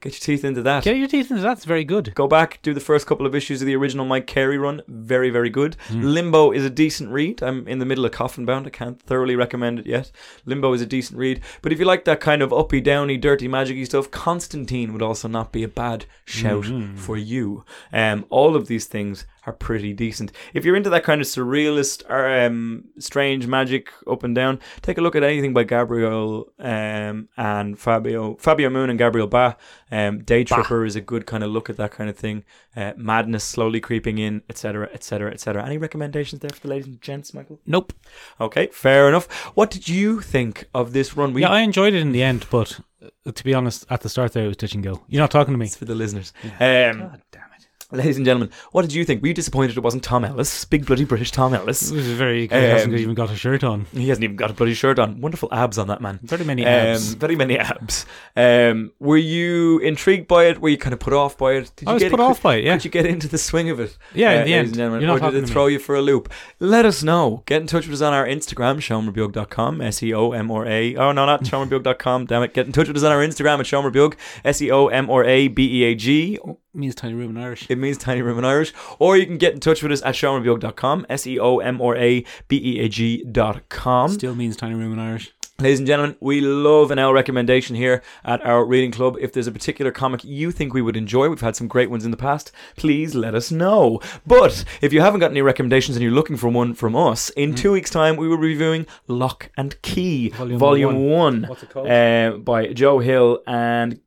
[SPEAKER 2] Get your teeth into that.
[SPEAKER 3] Get your teeth into that. It's very good.
[SPEAKER 2] Go back, do the first couple of issues of the original Mike Carey run. Very, very good.
[SPEAKER 3] Hmm.
[SPEAKER 2] Limbo is a decent read. I'm in the middle of Coffin Bound. I can't thoroughly recommend it yet. Limbo is a decent read. But if you like that kind of uppy, downy, dirty, magic y stuff,
[SPEAKER 3] Hmm.
[SPEAKER 2] Constantine would also not be a bad shout for you. Um, all of these things are pretty decent. If you're into that kind of surrealist, um, strange magic up and down, take a look at anything by Gabriel um, and Fabio, Fabio Moon and Gabriel Ba. Um, Day Tripper is a good kind of look at that kind of thing. Uh, madness slowly creeping in, etc., etc., etc. Any recommendations there for the ladies and gents, Michael?
[SPEAKER 3] Nope.
[SPEAKER 2] Okay, fair enough. What did you think of this run? We
[SPEAKER 3] yeah, I enjoyed it in the end, but uh, to be honest, at the start there it was touch and go. You're not talking to me.
[SPEAKER 2] for the listeners. Um,
[SPEAKER 3] God damn it!
[SPEAKER 2] ladies and gentlemen, what did you think? Were you disappointed it wasn't Tom Ellis? Big bloody British Tom Ellis.
[SPEAKER 3] This is very. he
[SPEAKER 2] Um,
[SPEAKER 3] hasn't even got a shirt on.
[SPEAKER 2] He hasn't even got a bloody shirt on. Wonderful abs on that man.
[SPEAKER 3] Very many abs.
[SPEAKER 2] Um, very many abs. Um, were you intrigued by it? Were you kind of put off by it? Did
[SPEAKER 3] I
[SPEAKER 2] you
[SPEAKER 3] was
[SPEAKER 2] get
[SPEAKER 3] put off by it. Yeah.
[SPEAKER 2] Did you get into the swing of it? Uh,
[SPEAKER 3] Yeah, in the
[SPEAKER 2] ladies
[SPEAKER 3] end.
[SPEAKER 2] and gentlemen,
[SPEAKER 3] You're not
[SPEAKER 2] or did
[SPEAKER 3] talking
[SPEAKER 2] it
[SPEAKER 3] to me.
[SPEAKER 2] throw you for a loop? Let us know. Get in touch with us on our Instagram, seomrabug.com, S E O M or A. Oh, no, not seomrabug.com, damn it. Get in touch with us on our Instagram at seomrabug, S E O M or A B E A G.
[SPEAKER 3] means tiny room in Irish.
[SPEAKER 2] It means tiny room in Irish. Or you can get in touch with us at seomrabug.com, S E O M or A B E A G dot com.
[SPEAKER 3] Still means tiny room in Irish.
[SPEAKER 2] Ladies and gentlemen, we love an L recommendation here at our reading club. If there's a particular comic you think we would enjoy, we've had some great ones in the past, please let us know. But if you haven't got any recommendations and you're looking for one from us, in
[SPEAKER 3] Mm.
[SPEAKER 2] two weeks' time we will be reviewing Lock and Key, Volume,
[SPEAKER 3] Volume
[SPEAKER 2] One,
[SPEAKER 3] What's it called?
[SPEAKER 2] uh, by Joe Hill and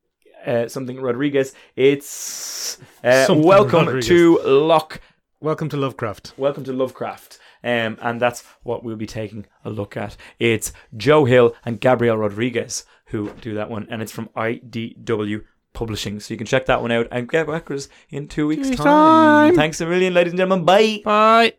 [SPEAKER 2] uh, something Rodriguez. It's uh,
[SPEAKER 3] Something
[SPEAKER 2] Welcome
[SPEAKER 3] Rodriguez.
[SPEAKER 2] to Lock
[SPEAKER 3] Welcome to Lovecraft.
[SPEAKER 2] Welcome to Lovecraft. Um, and that's what we'll be taking a look at. It's Joe Hill and Gabriel Rodriguez who do that one, and it's from IDW Publishing. So you can check that one out and get back with us in two weeks'
[SPEAKER 3] weeks'
[SPEAKER 2] time.
[SPEAKER 3] time.
[SPEAKER 2] Thanks a million, ladies and gentlemen. Bye.
[SPEAKER 3] Bye.